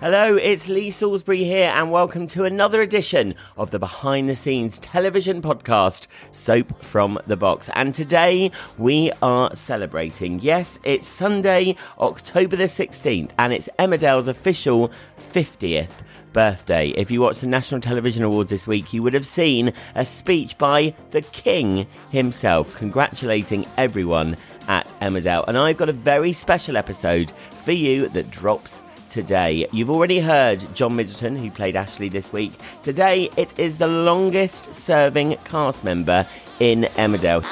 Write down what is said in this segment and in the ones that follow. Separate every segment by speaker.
Speaker 1: Hello, it's Lee Salisbury here, and welcome to another edition of the behind the scenes television podcast, Soap from the Box. And today we are celebrating. Yes, it's Sunday, October the 16th, and it's Emmerdale's official 50th birthday. If you watched the National Television Awards this week, you would have seen a speech by the King himself congratulating everyone at Emmerdale. And I've got a very special episode for you that drops today. You've already heard John Middleton, who played Ashley this week. Today, it is the longest serving cast member in Emmerdale.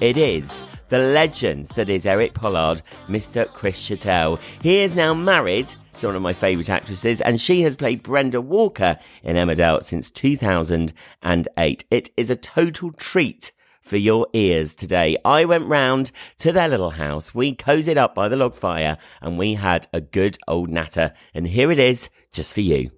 Speaker 1: It is the legend that is Eric Pollard, Mr. Chris Chattel. He is now married to one of my favourite actresses, and she has played Brenda Walker in Emmerdale since 2008. It is a total treat for your ears today. I went round to their little house, we cozied up by the log fire, and we had a good old natter. And here it is, just for you.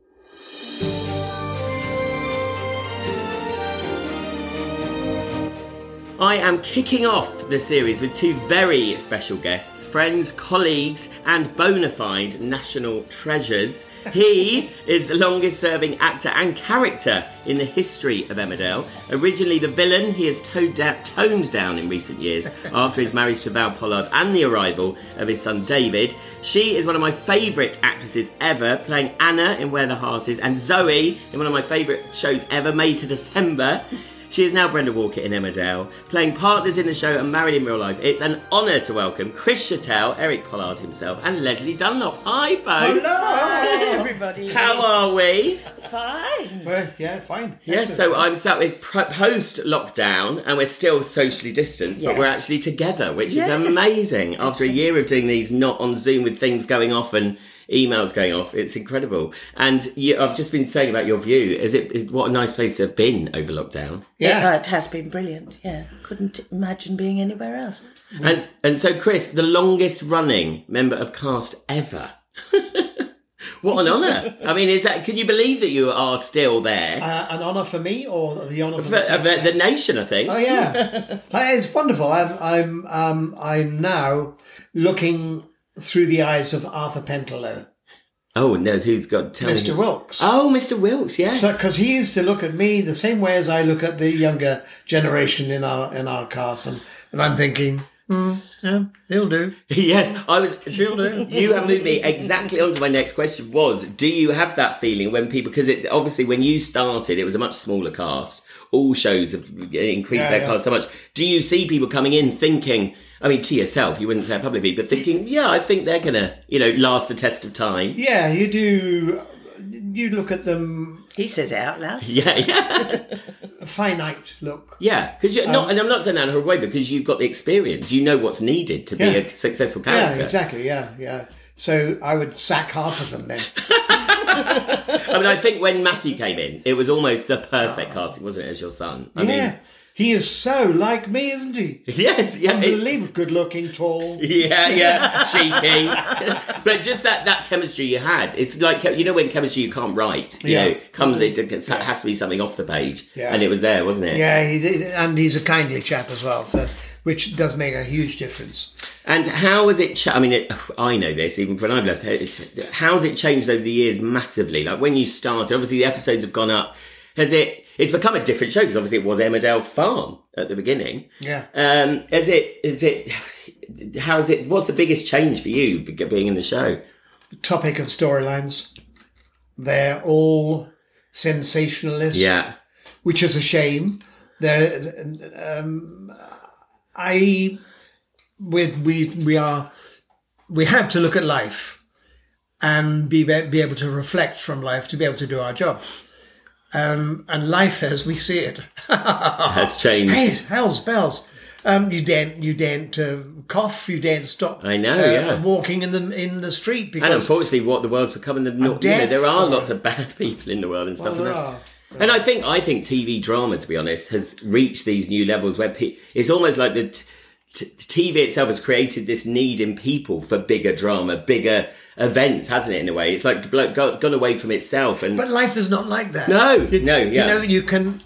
Speaker 1: I am kicking off the series with two very special guests, friends, colleagues, and bona fide national treasures. He is the longest serving actor and character in the history of Emmerdale. Originally the villain, he has toned down, toned down in recent years after his marriage to Val Pollard and the arrival of his son David. She is one of my favourite actresses ever, playing Anna in Where the Heart Is, and Zoe in one of my favourite shows ever, May to December. She is now Brenda Walker in Emmerdale, playing partners in the show and married in real life. It's an honour to welcome Chris Chattel, Eric Pollard himself, and Leslie Dunlop. Hi, both.
Speaker 2: Hello.
Speaker 3: everybody.
Speaker 1: How are we?
Speaker 3: Fine.
Speaker 2: Well, yeah, fine.
Speaker 1: Yes, so I'm so it's pro- post lockdown and we're still socially distanced, but
Speaker 3: Yes.
Speaker 1: we're actually together, which
Speaker 3: Yes.
Speaker 1: is amazing. After a year of doing these not on Zoom with things going off and emails going off, it's incredible. And you, I've just been saying about your view. Is it what a nice place to have been over lockdown?
Speaker 2: yeah.
Speaker 3: It, it has been brilliant. Yeah. Couldn't imagine being anywhere else.
Speaker 1: And and so Chris, the longest running member of cast ever. what an honour! I mean, is that? Can you believe that you are still there?
Speaker 2: Uh, an honour for me or the honour for,
Speaker 1: For-
Speaker 2: the
Speaker 1: uh,
Speaker 2: team?
Speaker 1: the, the nation, I think.
Speaker 2: Oh yeah, That is wonderful. I'm I'm um, I'm now looking through the eyes of Arthur Pentelow,
Speaker 1: Oh no, who's got? Tell me
Speaker 2: Mr.
Speaker 1: who-
Speaker 2: Wilkes.
Speaker 1: Oh, Mr. Wilkes, yes.
Speaker 2: because he used to look at me the same way as I look at the younger generation in our in our cast, and, and I'm thinking, hmm, yeah, he'll do.
Speaker 1: yes, I was.
Speaker 2: do.
Speaker 1: You have moved me exactly onto my next question. Was do you have that feeling when people? Because it obviously when you started, it was a much smaller cast. All shows have increased
Speaker 2: Yeah,
Speaker 1: their
Speaker 2: yeah.
Speaker 1: cast so much. Do you see people coming in thinking? I mean, to yourself, you wouldn't say it publicly, but thinking, yeah, I think they're gonna, you know, last the test of time.
Speaker 2: Yeah, you do. You look at them
Speaker 3: He says it out loud.
Speaker 1: Yeah, yeah,
Speaker 2: a finite look.
Speaker 1: yeah. Because you're
Speaker 2: Um,
Speaker 1: not, and I'm not saying that in a way because you've got the experience. You know what's needed to be
Speaker 2: Yeah.
Speaker 1: a successful
Speaker 2: Yeah,
Speaker 1: character.
Speaker 2: exactly. Yeah, yeah. So I would sack half of them then.
Speaker 1: I mean, I think when Matthew came in, it was almost the perfect casting, wasn't it, as your son? I
Speaker 2: Oh. yeah.
Speaker 1: mean,
Speaker 2: he is so like me, isn't he?
Speaker 1: yes, yeah. it-
Speaker 2: Unbelievable, good looking, tall.
Speaker 1: yeah, yeah, cheeky. but just that, that chemistry you had, it's like, you know, when chemistry you can't write, you
Speaker 2: Yeah. Mm.
Speaker 1: know, comes, it it has to be something off the page.
Speaker 2: Yeah.
Speaker 1: And it was there, wasn't it?
Speaker 2: Yeah, he did, and he's a kindly chap as well, so which does make a huge difference.
Speaker 1: And how has it? Cha- I mean, it, I know this even when I've left. It, how's it changed over the years massively? Like when you started, obviously the episodes have gone up. Has it? It's become a different show because obviously it was Emmerdale Farm at the beginning.
Speaker 2: Yeah.
Speaker 1: Um, is it? Is it? How's it? What's the biggest change for you be- being in the show?
Speaker 2: Topic of storylines. They're all sensationalist.
Speaker 1: Yeah.
Speaker 2: which is a shame. There, um, I, we, we, we are, we have to look at life, and be be able to reflect from life to be able to do our job. Um, and life as we see it, Oh,
Speaker 1: Has changed.
Speaker 2: hey, hell's bells. Um, you daren't, you daren't um, cough. You daren't stop. uh,
Speaker 1: I know, yeah.
Speaker 2: Walking in the in the street
Speaker 1: And
Speaker 2: because
Speaker 1: unfortunately, what the world's becoming, the not, you know,
Speaker 2: death
Speaker 1: there are
Speaker 2: for
Speaker 1: lots of bad people in the world and stuff.
Speaker 2: there
Speaker 1: and, that.
Speaker 2: are.
Speaker 1: and I think I think TV drama, to be honest, has reached these new levels where pe- it's almost like the t- t- TV itself has created this need in people for bigger drama, bigger events, hasn't it? In a way, it's like blo- go- gone away from itself. And
Speaker 2: But life is not like that.
Speaker 1: No, no, yeah.
Speaker 2: You know, you can.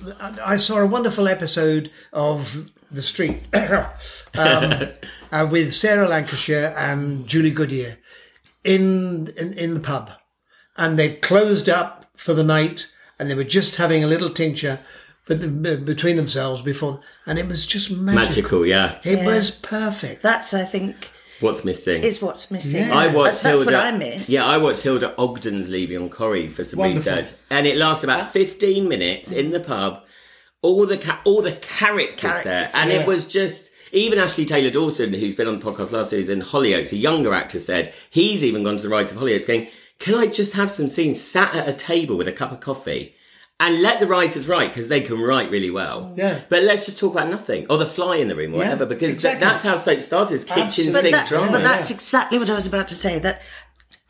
Speaker 2: I saw a wonderful episode of The Street um, uh, with Sarah Lancashire and Julie Goodyear in, in in the pub, and they closed up for the night, and they were just having a little tincture. But the, b- between themselves before, and it was just magical.
Speaker 1: magical, yeah.
Speaker 2: It
Speaker 3: Yeah.
Speaker 2: was perfect.
Speaker 3: That's, I think,
Speaker 1: What's missing?
Speaker 3: is what's missing.
Speaker 2: Yeah.
Speaker 1: I watched
Speaker 3: That's
Speaker 1: Hilda.
Speaker 3: what I miss.
Speaker 1: Yeah, I watched Hilda Ogden's Leaving on Corrie for some
Speaker 2: Wonderful.
Speaker 1: research, and it lasted about fifteen minutes in the pub. All the ca- all the characters, there,
Speaker 3: Characters,
Speaker 1: and
Speaker 2: yeah.
Speaker 1: it was just. Even Ashley Taylor Dawson, who's been on the podcast last season, Hollyoaks, a younger actor, said he's even gone to the writers of Hollyoaks, going, "Can I just have some scenes sat at a table with a cup of coffee?" And let the writers write because they can write really well.
Speaker 2: Yeah.
Speaker 1: But let's just talk about nothing or the fly in the room, or whatever, because th-
Speaker 2: exactly.
Speaker 1: that's how soap started: is kitchen
Speaker 2: Absolutely.
Speaker 3: But,
Speaker 1: sink
Speaker 3: that-
Speaker 1: drama.
Speaker 3: but that's exactly what I was about to say. That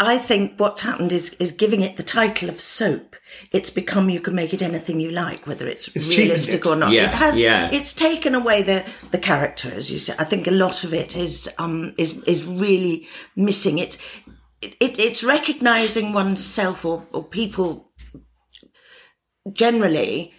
Speaker 3: I think what's happened is is giving it the title of soap. It's become you can make it anything you like, whether it's,
Speaker 2: It's cheapened
Speaker 3: realistic
Speaker 2: it.
Speaker 3: or not.
Speaker 1: Yeah,
Speaker 3: it has.
Speaker 1: yeah.
Speaker 3: It's taken away the the character, as you said. I think a lot of it is um is is really missing. It's it, it it's recognizing oneself or or people generally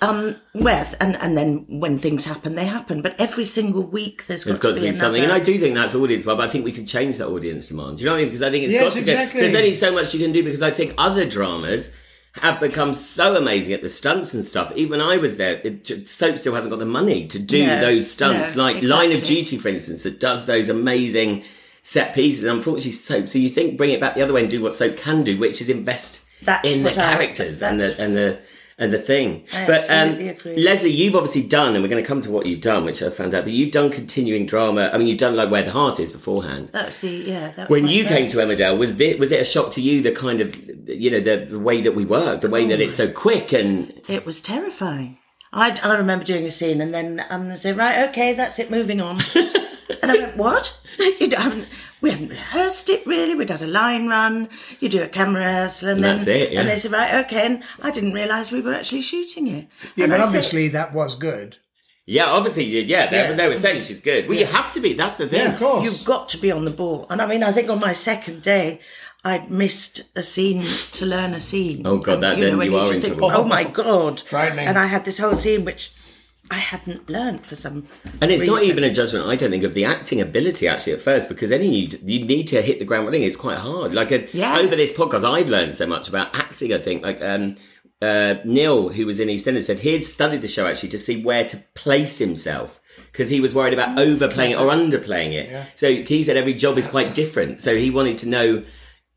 Speaker 3: um with and and then when things happen they happen but every single week there's got,
Speaker 1: It's got to be
Speaker 3: another-
Speaker 1: something, and I do think that's audience well, but I think we can change that audience demand. Do you know what I mean? Because I think it's
Speaker 2: Yes,
Speaker 1: got to go.
Speaker 2: exactly.
Speaker 1: There's only so much you can do because I think other dramas have become so amazing at the stunts and stuff. Even I was there. It, soap still hasn't got the money to do
Speaker 3: No,
Speaker 1: those stunts,
Speaker 3: no,
Speaker 1: like Line of
Speaker 3: exactly.
Speaker 1: Duty, for instance, that does those amazing set pieces. And unfortunately, soap. So you think bring it back the other way and do what soap can do, which is invest
Speaker 3: That's
Speaker 1: in the
Speaker 3: what I-
Speaker 1: characters and
Speaker 3: that's-
Speaker 1: the and the and the thing.
Speaker 3: I
Speaker 1: but um,
Speaker 3: absolutely agree.
Speaker 1: Leslie, you've obviously done, and we're going to come to what you've done, which I found out. But you've done continuing drama. I mean, you've done like Where the Heart Is beforehand.
Speaker 3: That was the yeah. That was
Speaker 1: when
Speaker 3: my
Speaker 1: you came
Speaker 3: first.
Speaker 1: to Emmerdale, was it was it a shock to you the kind of you know the, the way that we work, the way that it's so quick and
Speaker 3: it was terrifying. I, I remember doing a scene and then um they say right okay that's it moving on, and I went what you haven't we hadn't rehearsed it really we'd had a line run you do a camera rehearsal and, then
Speaker 1: that's it, yeah.
Speaker 3: and they said right okay and I didn't realise we were actually shooting it.
Speaker 2: Yeah,
Speaker 3: and
Speaker 2: but
Speaker 3: I said-
Speaker 2: obviously that was good.
Speaker 1: yeah, obviously yeah, they,
Speaker 2: Yeah.
Speaker 1: they were saying she's good. Well, you have to be. That's the thing.
Speaker 2: Yeah, of course.
Speaker 3: You've got to be on the ball. And I mean, I think on my second day, I'd missed a scene to learn a scene.
Speaker 1: Oh, God,
Speaker 3: And,
Speaker 1: that- then
Speaker 3: when
Speaker 1: you are
Speaker 3: just
Speaker 1: in
Speaker 3: think,
Speaker 1: trouble.
Speaker 3: Oh my God!
Speaker 2: Frightening.
Speaker 3: And I had this whole scene which I hadn't learned for some.
Speaker 1: And it's not
Speaker 3: reason.
Speaker 1: even a judgment, I don't think, of the acting ability actually at first, because any you, you need to hit the ground running. It's quite hard. Like uh
Speaker 3: Yeah.
Speaker 1: over this podcast, I've learned so much about acting. I think like um, uh, Neil, who was in EastEnders, said he'd studied the show actually to see where to place himself because he was worried about overplaying it or underplaying it. So he said every job is quite different. So he wanted to know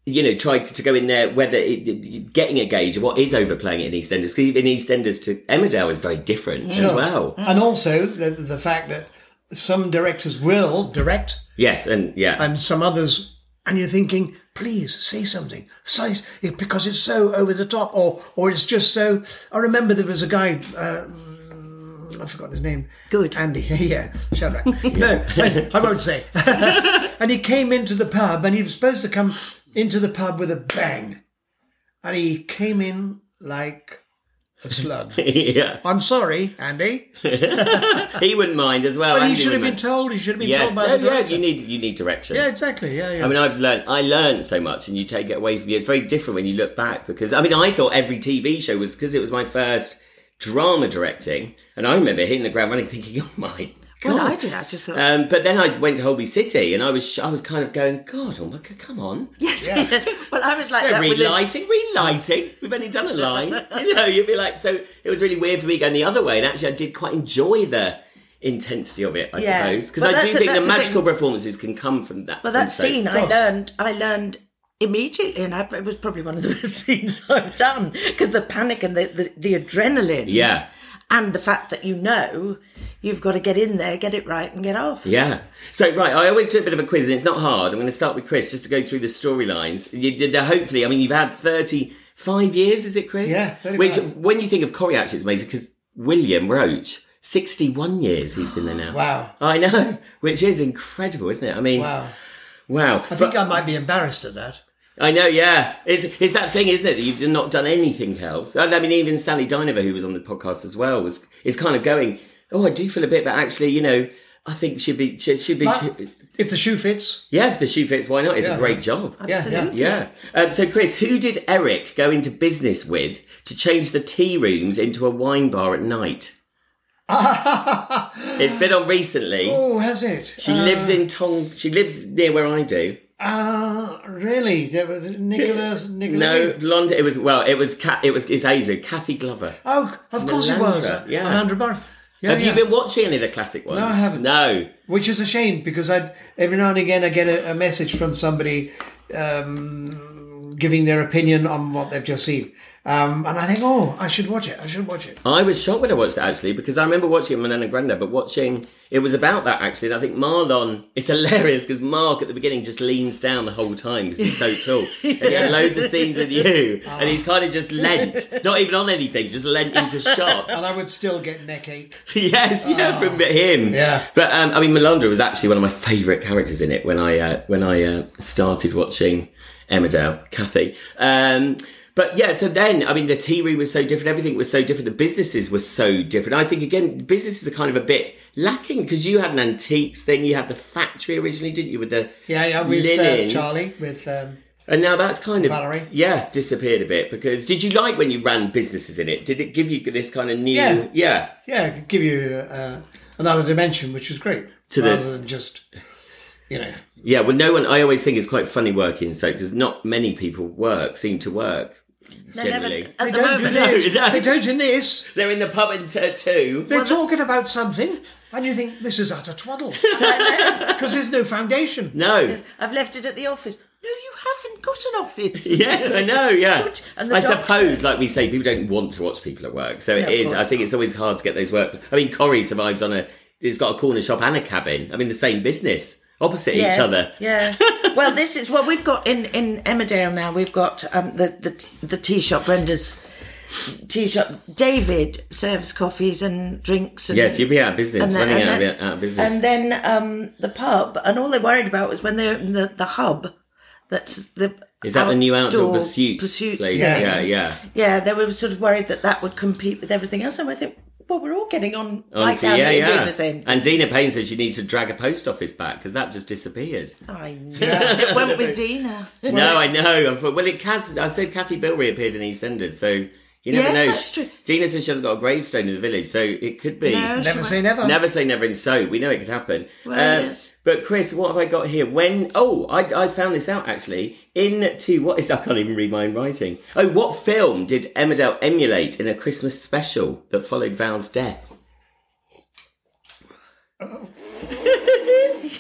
Speaker 1: you know, try to go in there whether it, it- getting a gauge of what is overplaying it in EastEnders. Because even EastEnders to Emmerdale is very different as
Speaker 2: Sure.
Speaker 1: well.
Speaker 2: And also the, the fact that some directors will direct
Speaker 1: Yes, and yeah,
Speaker 2: and some others, and you're thinking, please say something, say it because it's so over the top, or or it's just so. I remember there was a guy. Uh, mm, I forgot his name.
Speaker 3: Good.
Speaker 2: Andy. Yeah, Shadrach. no, I, I won't say. and he came into the pub, and he was supposed to come into the pub with a bang, and he came in like a slug.
Speaker 1: yeah.
Speaker 2: I'm sorry, Andy,
Speaker 1: He wouldn't mind as well.
Speaker 2: but he
Speaker 1: Andy
Speaker 2: should have been
Speaker 1: wouldn't
Speaker 2: told. He should have been
Speaker 1: mind.
Speaker 2: told by
Speaker 1: No,
Speaker 2: the
Speaker 1: yeah,
Speaker 2: director.
Speaker 1: you need you need direction.
Speaker 2: yeah, exactly. Yeah, yeah.
Speaker 1: I mean, I've learned I learned so much, and you take it away from you. It's very different when you look back because I mean, I thought every TV show was because it was my first drama directing, and I remember hitting the ground running, thinking, "Oh my
Speaker 3: Well, I did. I just thought,
Speaker 1: Um, but then I went to Holby City, and I was I was kind of going, God, oh my God, come on,
Speaker 3: yes. well, I was like
Speaker 1: Don't
Speaker 3: that. with the-
Speaker 1: relighting, relighting. We've only done a line. you know, you'd be like, so it was really weird for me going the other way, and actually, I did quite enjoy the intensity of it, I
Speaker 3: Yeah.
Speaker 1: suppose, because
Speaker 3: Well,
Speaker 1: I do
Speaker 3: that's the-
Speaker 1: think the
Speaker 3: that's the
Speaker 1: magical performances can come from that.
Speaker 3: Well,
Speaker 1: from
Speaker 3: that
Speaker 1: soap.
Speaker 3: scene I learned, I learned immediately, and I, it was probably one of the best scenes I've done because the panic and the, the, the adrenaline,
Speaker 1: Yeah.
Speaker 3: and the fact that you know you've got to get in there, get it right, and get off.
Speaker 1: Yeah. So right, I always do a bit of a quiz, and it's not hard. I'm going to start with Chris just to go through the storylines. You did the- hopefully. I mean, you've had 35 years, is it, Chris?
Speaker 2: Yeah, 35.
Speaker 1: Which, when you think of Coriach, it's amazing because William Roach, 61 years he's been there now.
Speaker 2: Wow.
Speaker 1: I know, which is incredible, isn't it? I mean, wow.
Speaker 2: Wow. I think I might be embarrassed at that.
Speaker 1: I know, yeah. It's, it's that thing, isn't it, that you've not done anything else. I mean, even Sally Dynevor, who was on the podcast as well, was is kind of going, oh, I do feel a bit, but actually, you know, I think she'd be, she she'd be.
Speaker 2: But if the shoe fits,
Speaker 1: Yeah, if the shoe fits, why not? It's a
Speaker 2: Yeah.
Speaker 1: great job. Yeah.
Speaker 2: yeah, yeah.
Speaker 1: Um, so, Chris, who did Eric go into business with to change the tea rooms into a wine bar at night? It's been on recently.
Speaker 2: oh, has it?
Speaker 1: She lives in Tong. She lives near where I do.
Speaker 2: Ah, really? There was Nicholas
Speaker 1: No,
Speaker 2: Nicholas.
Speaker 1: London. It was well. It was. Ca- it was. It's Azu. Kathy Glover.
Speaker 2: Oh, of course it was.
Speaker 1: Melandra, yeah.
Speaker 2: On Andrew Barnes. Yeah,
Speaker 1: Have
Speaker 2: yeah.
Speaker 1: you been watching any of the classic ones?
Speaker 2: No, I haven't.
Speaker 1: No.
Speaker 2: Which is a shame because I every now and again I get a, a message from somebody um, giving their opinion on what they've just seen, um, and I think, oh, I should watch it. I should watch it.
Speaker 1: I was shocked when I watched it actually because I remember watching it with my Nana Granda, but watching it was about that actually. And I think Marlon, it's hilarious because Mark at the beginning just leans down the whole time because he's so tall. And he had loads of scenes with you, and he's kind of just lent, not even on anything, just lent into shots.
Speaker 2: And I would still get neck ache.
Speaker 1: yes, yeah, from him.
Speaker 2: Ah. Yeah.
Speaker 1: but um, I mean, Melandra was actually one of my favourite characters in it when I uh, when I uh, started watching Emmerdale, Kathy. Um, but yeah, so then I mean, the tea room was so different. Everything was so different. The businesses were so different. I think again, the businesses are kind of a bit lacking because you had an antiques thing. You had the factory originally, didn't you? With the
Speaker 2: Yeah, yeah, with uh,
Speaker 1: linens.
Speaker 2: Charlie, with um,
Speaker 1: And now that's kind of
Speaker 2: Valerie.
Speaker 1: yeah, disappeared a bit because did you like when you ran businesses in it? Did it give you this kind of new
Speaker 2: Yeah.
Speaker 1: yeah.
Speaker 2: yeah, it could give you uh, another dimension, which was great,
Speaker 1: To the-
Speaker 2: rather than just you know.
Speaker 1: Yeah, well, no one. I always think it's quite funny working so because not many people work seem to work
Speaker 3: They never-
Speaker 1: generally.
Speaker 3: at the
Speaker 2: don't do
Speaker 3: moment,
Speaker 2: this.
Speaker 1: No, no.
Speaker 2: They don't do this.
Speaker 1: They're in the pub and t- two.
Speaker 2: They're talking about something, and you think this is utter twaddle because there's no foundation.
Speaker 1: No.
Speaker 3: I've left it at the office. No, you haven't got an office.
Speaker 1: Yes, I know. Yeah,
Speaker 3: And the
Speaker 1: I
Speaker 3: doctor-
Speaker 1: suppose, like we say, people don't want to watch people at work, so it is. I think it's always hard to get those work. I mean, Corrie survives on a. It's got a corner shop and a cabin. I mean, the same business, opposite each other.
Speaker 3: Yeah. well, this is well. We've got in in Emmerdale now. We've got um, the the the tea shop. Brenda's tea shop. David serves coffees and drinks. And,
Speaker 1: Yes, you'd be out of business,
Speaker 3: and then-
Speaker 1: running
Speaker 3: and
Speaker 1: out,
Speaker 3: then-
Speaker 1: of, out of business.
Speaker 3: And then um, the pub, and all they worried about was when they opened the, the hub. That's the
Speaker 1: is that the new outdoor
Speaker 3: outdoor
Speaker 1: pursuit
Speaker 3: pursuits
Speaker 1: place?
Speaker 3: thing.
Speaker 1: yeah, yeah.
Speaker 3: Yeah, they were sort of worried that that would compete with everything else. And I think, well, we're all getting on right
Speaker 1: Onto-
Speaker 3: down here doing the same.
Speaker 1: And Dina Payne said she needs to drag a post office back because that just disappeared.
Speaker 3: I know. it went with Dina.
Speaker 1: no, I know. I thought- Well, it has. I said Kathy Bill reappeared in EastEnders, so you never
Speaker 3: Yes,
Speaker 1: know.
Speaker 3: that's true.
Speaker 1: Dina says she hasn't got a gravestone in the village, so it could be.
Speaker 3: No,
Speaker 2: Never
Speaker 3: she
Speaker 2: say
Speaker 3: went-
Speaker 2: never.
Speaker 1: Never say never in soap. We know it could happen. Um,
Speaker 3: Well, yes.
Speaker 1: But Chris, what have I got here? When? Oh, I, I found this out actually. In to what is? I can't even read my own writing. Oh, what film did Emmerdale emulate in a Christmas special that followed Val's death?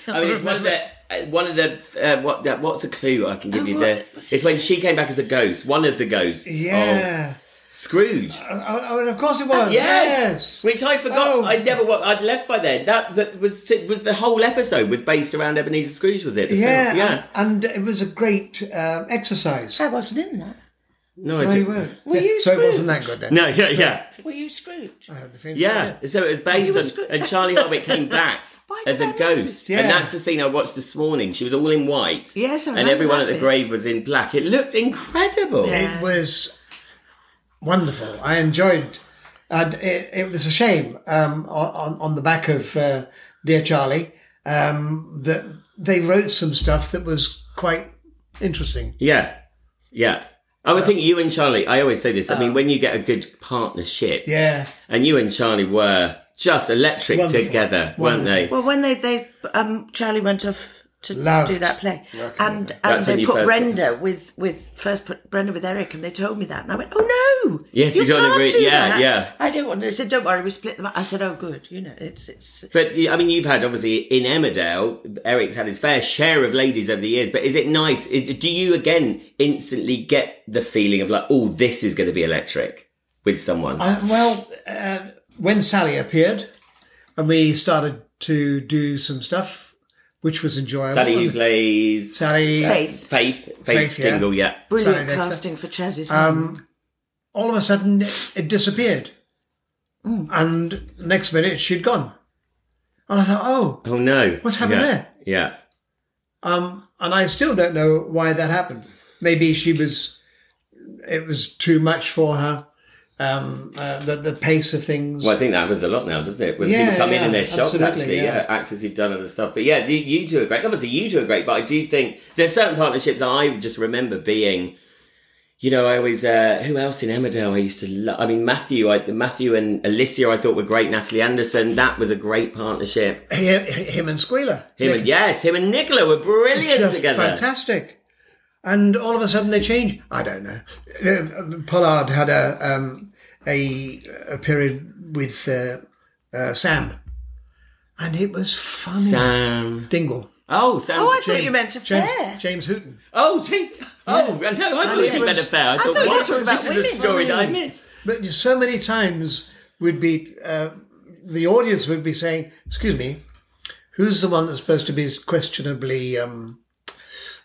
Speaker 1: I mean, it's one of the. uh, One of the uh, what? that what's a clue I can give you
Speaker 3: Oh, what-
Speaker 1: there?
Speaker 3: what's
Speaker 1: It's when she came back as a ghost, one of the ghosts. of
Speaker 2: Yeah.
Speaker 1: Scrooge.
Speaker 2: Oh, oh, and of course it was.
Speaker 1: Yes.
Speaker 2: Yes.
Speaker 1: which I forgot.
Speaker 2: Oh.
Speaker 1: I never. wa- I'd left by then. That, that was was the whole episode was based around Ebenezer Scrooge. Was it? The
Speaker 2: yeah,
Speaker 1: film? yeah.
Speaker 2: And, and it was a great um, exercise.
Speaker 3: I wasn't in that.
Speaker 1: No, I
Speaker 2: No, you
Speaker 1: didn't.
Speaker 2: weren't.
Speaker 3: Were you
Speaker 2: so it
Speaker 3: Scrooge?
Speaker 2: wasn't that good then.
Speaker 1: No, yeah, yeah,
Speaker 3: Were you Scrooge?
Speaker 2: I had the feeling-
Speaker 1: yeah. So it was based
Speaker 3: Oh, were
Speaker 1: on,
Speaker 3: Scroo-
Speaker 1: and Charlie Hobbit came back
Speaker 3: Why did
Speaker 1: as a
Speaker 3: I miss
Speaker 1: ghost,
Speaker 3: this?
Speaker 2: Yeah.
Speaker 1: and that's the scene I watched this morning. She was all in white.
Speaker 3: Yes, I
Speaker 1: and
Speaker 3: remember
Speaker 1: everyone
Speaker 3: that
Speaker 1: at the
Speaker 3: bit.
Speaker 1: grave was in black. It looked incredible.
Speaker 3: Yeah.
Speaker 2: It was wonderful. I enjoyed. And it, it was a shame um, on on the back of uh, Dear Charlie um, that they wrote some stuff that was quite interesting.
Speaker 1: Yeah, yeah. I
Speaker 3: Uh,
Speaker 1: would think you and Charlie. I always say this. I mean, when you get a good partnership,
Speaker 2: Yeah.
Speaker 1: and you and Charlie were just electric
Speaker 2: Wonderful.
Speaker 1: together, weren't they?
Speaker 3: Well, when they they um, Charlie went off to
Speaker 2: Loved.
Speaker 3: do that play, and
Speaker 1: That's
Speaker 3: and
Speaker 1: when
Speaker 3: they
Speaker 1: you
Speaker 3: put
Speaker 1: first-
Speaker 3: Brenda with with first put Brenda with Eric, and they told me that, and I went, oh no,
Speaker 1: Yes, you don't
Speaker 3: can't
Speaker 1: agree-
Speaker 3: do
Speaker 1: yeah,
Speaker 3: that.
Speaker 1: yeah.
Speaker 3: I don't want. They said, don't worry, we split them up. I said, oh good, you know, it's it's
Speaker 1: But I mean, you've had obviously in Emmerdale, Eric's had his fair share of ladies over the years. But is it nice? Is, do you again instantly get the feeling of like, oh, this is going to be electric with someone?
Speaker 2: Uh, well, uh, when Sally appeared, and we started to do some stuff, which was enjoyable.
Speaker 1: Sally who
Speaker 2: And
Speaker 1: plays
Speaker 2: Sally,
Speaker 3: faith.
Speaker 1: Faith, Faith,
Speaker 2: Faith, yeah.
Speaker 1: Dingle, yeah.
Speaker 3: Brilliant
Speaker 2: Sorry, Um, Dexter.
Speaker 3: casting for Chaz's mum.
Speaker 2: all of a sudden, it disappeared, and next minute she'd gone, and I thought, oh,
Speaker 1: Oh no,
Speaker 2: What's happened
Speaker 1: yeah.
Speaker 2: there?
Speaker 1: Yeah,
Speaker 2: um, and I still don't know why that happened. Maybe she was, it was too much for her. Um, uh, the the pace of things.
Speaker 1: well, I think that happens a lot now, doesn't it? When
Speaker 2: Yeah,
Speaker 1: people come in
Speaker 2: yeah,
Speaker 1: and they're shocked,
Speaker 2: absolutely,
Speaker 1: actually, yeah.
Speaker 2: yeah.
Speaker 1: actors who've done other stuff. But yeah, you, you two are great. Obviously, you two are great. But I do think there's certain partnerships I just remember being. You know, I always uh, who else in Emmerdale I used to love. I mean, Matthew, I, Matthew and Alicia, I thought were great. Natalie Anderson, that was a great partnership.
Speaker 2: him, him and Squealer.
Speaker 1: Him and yes, him and Nicola were brilliant
Speaker 2: just
Speaker 1: together.
Speaker 2: fantastic. And all of a sudden they change. I don't know. Uh, Pollard had a um, a, a period with uh, uh, Sam, and it was funny.
Speaker 1: Sam,
Speaker 2: Dingle.
Speaker 1: oh Sam,
Speaker 3: Oh, I thought
Speaker 2: James-
Speaker 3: you meant
Speaker 2: James,
Speaker 3: affair.
Speaker 2: James Hooton.
Speaker 1: Oh, James. Oh, no, I thought
Speaker 2: it
Speaker 1: you said
Speaker 2: was-
Speaker 1: affair. I,
Speaker 3: I thought you were
Speaker 1: what?
Speaker 3: talking about
Speaker 1: this is a
Speaker 3: women.
Speaker 1: story that I missed.
Speaker 2: But so many times we'd be uh, the audience would be saying, "Excuse me, who's the one that's supposed to be questionably um,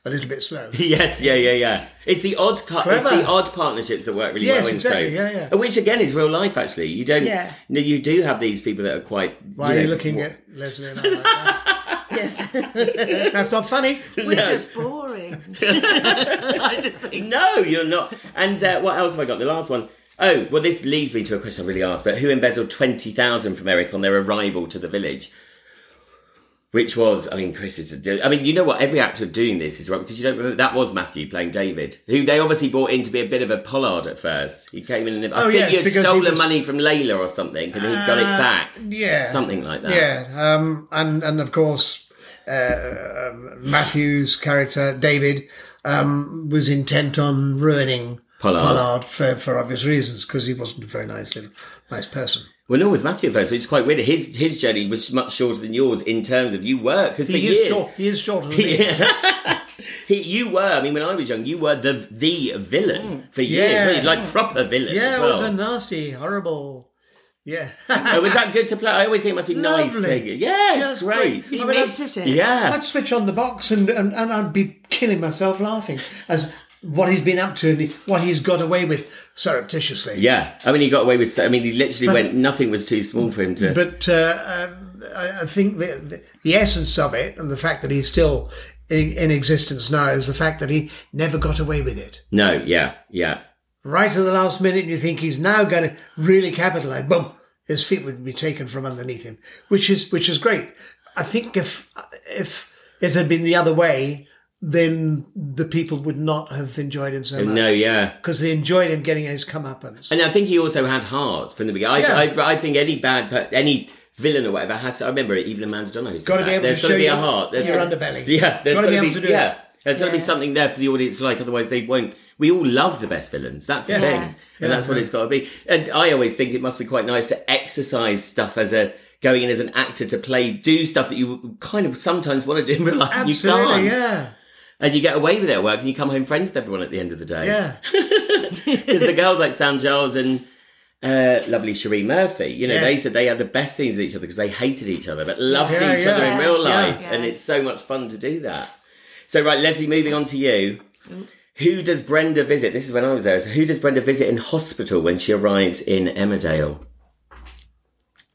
Speaker 2: a little bit slow?"
Speaker 1: Yes, yeah, yeah, yeah. It's the odd, cu- it's
Speaker 2: Clever.
Speaker 1: the odd partnerships that work really
Speaker 2: Yes,
Speaker 1: well in
Speaker 2: exactly,
Speaker 1: soap.
Speaker 2: yeah, yeah.
Speaker 1: And Which again is real life. Actually, you don't.
Speaker 3: Yeah.
Speaker 1: No, you do have these people that are quite.
Speaker 2: Why are you
Speaker 1: know,
Speaker 2: looking
Speaker 1: wa-
Speaker 2: at Leslie and I like that?
Speaker 3: Yes,
Speaker 2: That's not funny.
Speaker 3: we're just boring. I just think
Speaker 1: No, you're not. And uh, what else have I got? The last one. Oh, well, this leads me to a question I really asked. But who embezzled twenty thousand from Eric on their arrival to the village? Which was, I mean, Chris is. I mean, you know what? Every actor doing this is right because you don't remember that was Matthew playing David, who they obviously bought in to be a bit of a Pollard at first. He came in and I
Speaker 2: Oh,
Speaker 1: think
Speaker 2: yes,
Speaker 1: he had
Speaker 2: because he
Speaker 1: stolen
Speaker 2: was- Uh,
Speaker 1: money from Layla or something, and he got it back.
Speaker 2: yeah.
Speaker 1: something like that.
Speaker 2: Yeah, um, and and of course, uh, um, Matthew's character David um, was intent on ruining
Speaker 1: Pollard.
Speaker 2: for, for obvious reasons because he wasn't a very nice little nice person.
Speaker 1: Well, no, it was Matthew at first, which is quite weird. His his journey was much shorter than yours in terms of you work because for
Speaker 2: He
Speaker 1: years
Speaker 2: is short. He is shorter than me.
Speaker 1: He, you were. I mean, when I was young, you were the the villain for years.
Speaker 2: Oh, Yeah.
Speaker 1: weren't you? Like proper villain.
Speaker 2: Yeah,
Speaker 1: as
Speaker 2: it
Speaker 1: well.
Speaker 2: was a nasty, horrible. Yeah,
Speaker 1: Oh, was that good to play? I always think it must be nice.
Speaker 2: Lovely.
Speaker 1: Thing. Yeah, it's
Speaker 2: Just
Speaker 1: great.
Speaker 2: great.
Speaker 3: he
Speaker 2: I mean,
Speaker 3: misses it.
Speaker 1: Yeah.
Speaker 2: I'd switch on the box and, and, and I'd be killing myself laughing as what he's been up to and what he's got away with surreptitiously.
Speaker 1: Yeah. I mean, he got away with. so- I mean, he literally went. Nothing was too small for him to.
Speaker 2: But uh, um, I, I think the, the, the essence of it and the fact that he's still in, in existence now is the fact that he never got away with it.
Speaker 1: no. Yeah. Yeah.
Speaker 2: Right at the last minute, and you think he's now going to really capitalize. Boom, his feet would be taken from underneath him, which is which is great. I think if if it had been the other way, then the people would not have enjoyed him so much.
Speaker 1: No. Yeah.
Speaker 2: because they enjoyed him getting his comeuppance.
Speaker 1: And I think he also had heart from the beginning.
Speaker 2: Yeah.
Speaker 1: I, I, I think any bad, per- any villain or whatever has to. I remember even Amanda Donna who's
Speaker 2: Got to be able
Speaker 1: There's got
Speaker 2: to
Speaker 1: to
Speaker 2: show
Speaker 1: be a
Speaker 2: your-
Speaker 1: heart. There's
Speaker 2: your
Speaker 1: gotta-
Speaker 2: underbelly.
Speaker 1: Yeah, there's got to be,
Speaker 2: able to do
Speaker 1: yeah.
Speaker 2: it.
Speaker 1: There's got to be
Speaker 3: Yeah.
Speaker 1: something there for the audience to like, otherwise they won't. We all love the best villains. That's the
Speaker 2: Yeah.
Speaker 1: thing,
Speaker 2: Yeah.
Speaker 1: and that's what it's got to be. And I always think it must be quite nice to exercise stuff as a going in as an actor to play, do stuff that you kind of sometimes want to do in real life. and you can't.
Speaker 2: Absolutely, yeah,
Speaker 1: And you get away with it at work, and you come home friends with everyone at the end of the day.
Speaker 2: yeah.
Speaker 1: Because the girls like Sam Giles and uh, lovely Cherie Murphy, you know,
Speaker 2: Yeah.
Speaker 1: they said they had the best scenes with each other because they hated each other but loved
Speaker 2: Yeah,
Speaker 1: each
Speaker 2: yeah.
Speaker 1: other in real
Speaker 2: Yeah,
Speaker 1: life.
Speaker 3: yeah.
Speaker 1: And it's so much fun to do that. So, right, Leslie, moving on to you. Who does Brenda visit? This is when I was there. So, who does Brenda visit in hospital when she arrives in Emmerdale?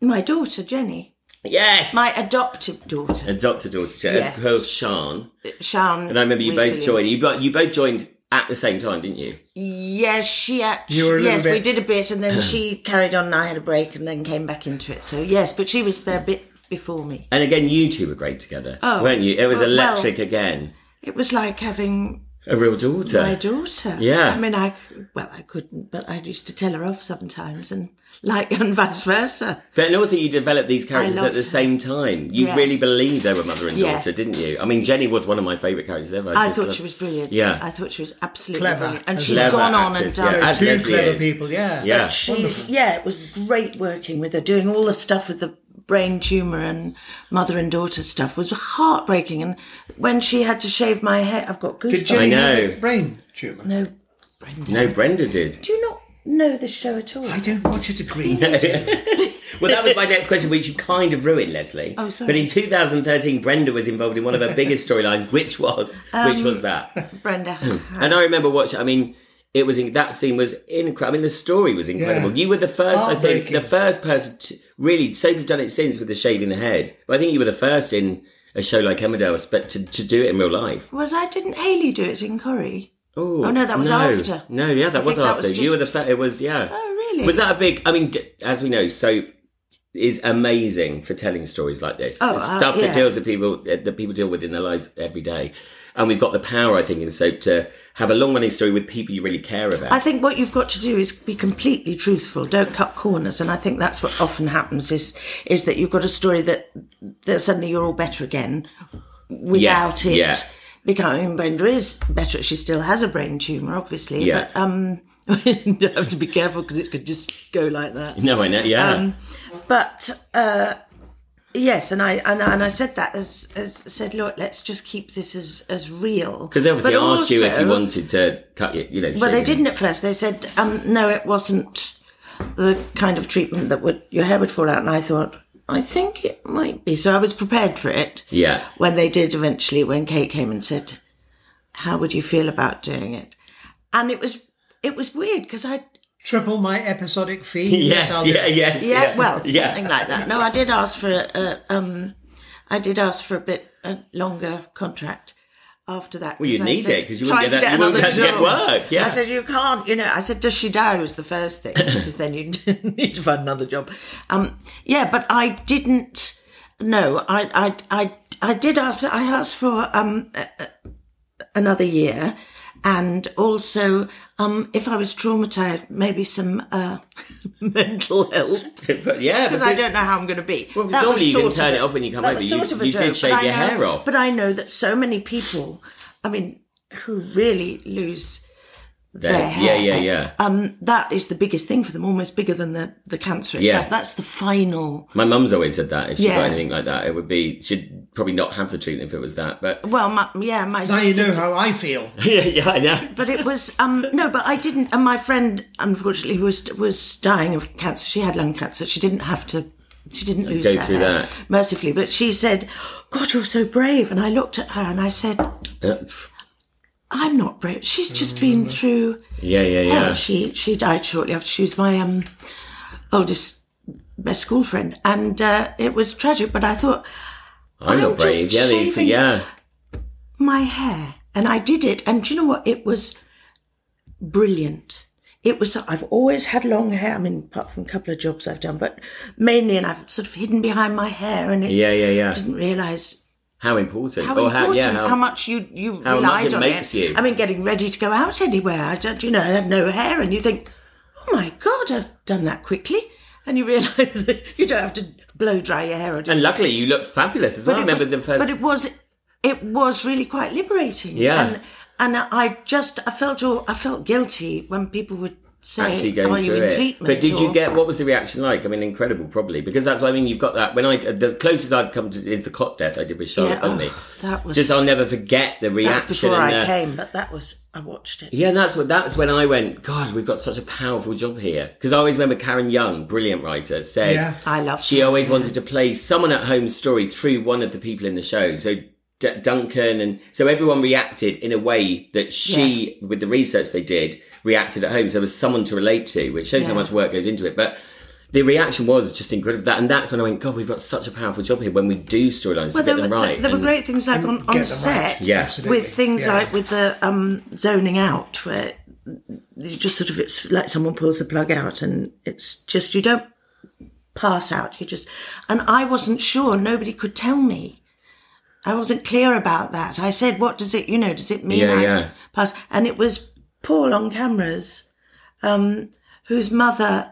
Speaker 3: My daughter Jenny,
Speaker 1: Yes!
Speaker 3: my adopted daughter,
Speaker 1: and Dr. Daughter,
Speaker 3: Yeah.
Speaker 1: of course, Sean.
Speaker 3: Shan.
Speaker 1: And I remember you
Speaker 3: Rees
Speaker 1: both
Speaker 3: Williams.
Speaker 1: joined. You, bo- you both joined at the same time, didn't you?
Speaker 3: Yes, she actually.
Speaker 2: You were a little
Speaker 3: yes, we
Speaker 2: bit-
Speaker 3: did a bit, and then she carried on. and I had a break, and then came back into it. So yes, but she was there a bit before me.
Speaker 1: And again, you two were great together, oh, weren't you? It was
Speaker 3: well-
Speaker 1: electric again.
Speaker 3: It was like having
Speaker 1: a real daughter.
Speaker 3: My daughter.
Speaker 1: Yeah.
Speaker 3: I mean, I well, I couldn't, but I used to tell her off sometimes, and like and vice versa.
Speaker 1: But and also, you developed these characters at
Speaker 3: loved
Speaker 1: the
Speaker 3: her.
Speaker 1: same time. You
Speaker 3: Yeah.
Speaker 1: really believed they were mother and
Speaker 3: Yeah.
Speaker 1: daughter, didn't you? I mean, Jenny was one of my favourite characters ever.
Speaker 3: I
Speaker 1: just
Speaker 3: thought
Speaker 1: loved-
Speaker 3: she was brilliant.
Speaker 1: Yeah.
Speaker 3: I thought she was absolutely
Speaker 2: Clever.
Speaker 3: brilliant, and
Speaker 2: And
Speaker 3: she's
Speaker 1: clever
Speaker 3: gone on
Speaker 1: actress,
Speaker 3: and done.
Speaker 1: yeah. As
Speaker 2: Two
Speaker 1: Leslie
Speaker 2: clever
Speaker 1: is.
Speaker 2: people, yeah.
Speaker 1: Yeah.
Speaker 3: She's yeah, it was great working with her, doing all the stuff with the brain tumor and mother and daughter stuff was heartbreaking. And when she had to shave my hair, I've got goosebumps.
Speaker 2: Did Jenny
Speaker 1: I
Speaker 2: have
Speaker 1: know.
Speaker 2: a brain tumour?
Speaker 3: No, Brenda.
Speaker 1: No, Brenda did.
Speaker 3: Do you not know this show at all?
Speaker 2: I don't watch a degree.
Speaker 1: Well, that was my next question, which you kind of ruined, Leslie.
Speaker 3: Oh, sorry.
Speaker 1: But in 2013, Brenda was involved in one of her biggest storylines, which was which
Speaker 3: Um,
Speaker 1: was that.
Speaker 3: Brenda.
Speaker 1: Hmm. And I remember watching. I mean, it was in, that scene was incredible. I mean, the story was incredible.
Speaker 2: Yeah.
Speaker 1: You were the first, I think,
Speaker 2: Heartbreaking.
Speaker 1: the first person to really. So we've done it since with the shaving the head. But I think you were the first in a show like Emmerdale, but to, to do it in real life.
Speaker 3: Was I didn't Haley do it in Corrie?
Speaker 1: Oh,
Speaker 3: no, that was after.
Speaker 1: No, yeah, that
Speaker 3: I
Speaker 1: was
Speaker 3: think that
Speaker 1: after.
Speaker 3: was
Speaker 1: You were the
Speaker 3: just-
Speaker 1: first. It was yeah.
Speaker 3: Oh, really?
Speaker 1: Was that a big? I mean, d- as we know, soap is amazing for telling stories like this.
Speaker 3: Oh,
Speaker 1: It's
Speaker 3: uh,
Speaker 1: stuff that
Speaker 3: yeah.
Speaker 1: deals with people that people deal with in their lives every day, and we've got the power, I think, in soap to have a long-running story with people you really care about.
Speaker 3: I think what you've got to do is be completely truthful. Don't cut corners, and I think that's what often happens is is that you've got a story that that suddenly you're all better again without
Speaker 1: Yes,
Speaker 3: it
Speaker 1: yeah.
Speaker 3: becoming. Brenda is better. She still has a brain tumor, obviously,
Speaker 1: Yeah.
Speaker 3: but um, you have to be careful because it could just go like that.
Speaker 1: no, I know. Yeah,
Speaker 3: um, But uh, yes, and I and, I- and I said that as, as said, look, let's just keep this as as real
Speaker 1: because they obviously
Speaker 3: But
Speaker 1: asked you if you
Speaker 3: also-
Speaker 1: wanted to cut your, you know.
Speaker 3: well,
Speaker 1: shave
Speaker 3: they
Speaker 1: your-
Speaker 3: didn't at first. They said, um, no, it wasn't the kind of treatment that would your hair would fall out. And I thought, I think it might be. So I was prepared for it.
Speaker 1: Yeah.
Speaker 3: When they did eventually, when Kate came and said, "How would you feel about doing it?" and it was it was weird because I
Speaker 2: Triple my episodic fee.
Speaker 1: Yes.
Speaker 2: I'll do
Speaker 1: Yeah.
Speaker 2: it.
Speaker 1: Yes.
Speaker 3: yeah, well something
Speaker 1: yeah.
Speaker 3: like that. No, I did ask for a, a um, I did ask for a bit a longer contract. After that,
Speaker 1: Well, you'd
Speaker 3: 'cause I
Speaker 1: need
Speaker 3: said-
Speaker 1: it 'cause you
Speaker 3: trying
Speaker 1: wouldn't
Speaker 3: to
Speaker 1: get that-
Speaker 3: get
Speaker 1: you wouldn't
Speaker 3: another
Speaker 1: be able to get
Speaker 3: job.
Speaker 1: work, yeah.
Speaker 3: I said you can't. You know, I said does she die was the first thing because then you would need to find another job. Um, yeah, but I didn't. No, I I I I did ask. I asked for um another year. And also, um, if I was traumatized, maybe some uh, mental help
Speaker 1: But yeah,
Speaker 3: because I don't know how I'm going to be.
Speaker 1: Well, 'cause
Speaker 3: That
Speaker 1: normally
Speaker 3: was
Speaker 1: you can
Speaker 3: sort of
Speaker 1: turn
Speaker 3: a-
Speaker 1: it off when you come
Speaker 3: that
Speaker 1: over.
Speaker 3: was
Speaker 1: You-
Speaker 3: sort of a
Speaker 1: you did
Speaker 3: joke,
Speaker 1: shave
Speaker 3: but I
Speaker 1: your hair
Speaker 3: know-
Speaker 1: off.
Speaker 3: But I know that so many people, I mean, who really lose
Speaker 1: Their-
Speaker 3: their
Speaker 1: yeah,
Speaker 3: hair.
Speaker 1: yeah, yeah.
Speaker 3: Um, that is the biggest thing for them, almost bigger than the, the cancer itself.
Speaker 1: Yeah.
Speaker 3: That's the final.
Speaker 1: My mum's always said that if she
Speaker 3: Yeah.
Speaker 1: got anything like that, it would be she'd probably not have the treatment if it was that. But
Speaker 3: Well, my, yeah, my
Speaker 2: Now you
Speaker 3: sister
Speaker 2: know how I feel.
Speaker 1: yeah, yeah, I know.
Speaker 3: but it was um no but i didn't and my friend unfortunately was was dying of cancer she had lung cancer she didn't have to she didn't lose
Speaker 1: Go
Speaker 3: her
Speaker 1: through
Speaker 3: hair,
Speaker 1: that.
Speaker 3: mercifully but she said god you're so brave and i looked at her and i said
Speaker 1: Uh,
Speaker 3: i'm not brave she's just been through
Speaker 1: Yeah, yeah,
Speaker 3: hell.
Speaker 1: Mm. yeah.
Speaker 3: she she died shortly after she was my um oldest best school friend and uh, it was tragic but i thought
Speaker 1: I'm,
Speaker 3: I'm
Speaker 1: not brave.
Speaker 3: just
Speaker 1: Yeah, these,
Speaker 3: shaving-
Speaker 1: yeah.
Speaker 3: my hair and I did it. And do you know what? It was brilliant. It was, I've always had long hair. I mean, apart from a couple of jobs I've done, but mainly, and I've sort of hidden behind my hair and it's,
Speaker 1: Yeah, yeah, yeah.
Speaker 3: didn't realize
Speaker 1: How important?
Speaker 3: how
Speaker 1: Or
Speaker 3: important, how,
Speaker 1: yeah,
Speaker 3: much you, you
Speaker 1: how much
Speaker 3: relied
Speaker 1: it
Speaker 3: on
Speaker 1: makes
Speaker 3: it.
Speaker 1: you.
Speaker 3: I mean, getting ready to go out anywhere. I don't, you know, I had no hair and you think, oh my God, I've done that quickly. And you realize that you don't have to blow dry your hair or do
Speaker 1: And luckily, you look fabulous as well. I
Speaker 3: it
Speaker 1: remember
Speaker 3: was-
Speaker 1: the first.
Speaker 3: But it was, it was really quite liberating.
Speaker 1: Yeah.
Speaker 3: And and I just I felt all, I felt guilty when people would
Speaker 1: actually
Speaker 3: say,
Speaker 1: going
Speaker 3: "Are
Speaker 1: through
Speaker 3: you in
Speaker 1: it.
Speaker 3: treatment?"
Speaker 1: But did you
Speaker 3: or-
Speaker 1: get what was the reaction like? I mean, incredible, probably because that's what I mean. You've got that. When I the closest I've come to is the clock death I did with Charlotte
Speaker 3: Yeah, oh,
Speaker 1: Bundy.
Speaker 3: that was
Speaker 1: Just I'll never forget the
Speaker 3: that was
Speaker 1: reaction.
Speaker 3: before
Speaker 1: and
Speaker 3: I
Speaker 1: the-
Speaker 3: came, but that was I watched it.
Speaker 1: Yeah, and that's what that's when I went. God, we've got such a powerful job here because I always remember Karen Young, brilliant writer, said
Speaker 2: Yeah.
Speaker 3: I loved
Speaker 1: she
Speaker 3: it.
Speaker 1: always wanted to play someone at home story through one of the people in the show. So D- Duncan and so everyone reacted in a way that she, with the research they did, reacted at home. So there was someone to relate to, which shows how much work goes into it. But the reaction was just incredible. That and that's when I went, God, we've got such a powerful job here when we do storylines to
Speaker 3: Well,
Speaker 1: get
Speaker 3: there
Speaker 1: them
Speaker 3: were,
Speaker 1: right.
Speaker 3: there were
Speaker 1: And-
Speaker 3: great things like on,
Speaker 2: Get
Speaker 3: on
Speaker 2: them
Speaker 3: set
Speaker 2: right.
Speaker 1: Yeah.
Speaker 2: Absolutely.
Speaker 3: with things
Speaker 2: Yeah.
Speaker 3: like with the um, zoning out, where you just sort of it's like someone pulls the plug out, and it's just you don't pass out. You just and I wasn't sure. Nobody could tell me I wasn't clear about that. I said, "What does it? You know, does it mean
Speaker 1: Yeah,
Speaker 3: I
Speaker 1: yeah.
Speaker 3: pass?" And it was Paul on cameras, um, whose mother,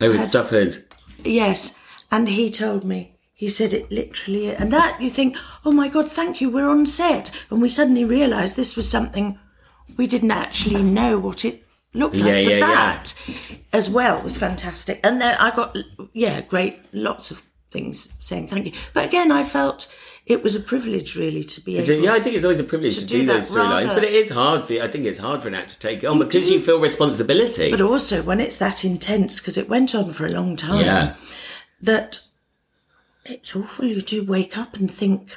Speaker 1: Oh, it suffered.
Speaker 3: yes, and he told me. He said it literally, and that you think, "Oh my God, thank you, we're on set," and we suddenly realised this was something we didn't actually know what it looked like.
Speaker 1: Yeah,
Speaker 3: so
Speaker 1: yeah, yeah.
Speaker 3: that, as well, was fantastic. And then I got, yeah, great, lots of things saying thank you. But again, I felt. It was a privilege, really, to be able.
Speaker 1: Yeah, I think it's always a privilege to,
Speaker 3: to
Speaker 1: do,
Speaker 3: do
Speaker 1: those
Speaker 3: that
Speaker 1: storylines,
Speaker 3: rather-
Speaker 1: but it is hard for I think it's hard for an actor to take it on
Speaker 3: You
Speaker 1: because
Speaker 3: do.
Speaker 1: you feel responsibility.
Speaker 3: But also when it's that intense, because it went on for a long time,
Speaker 1: yeah,
Speaker 3: that it's awful. You do wake up and think.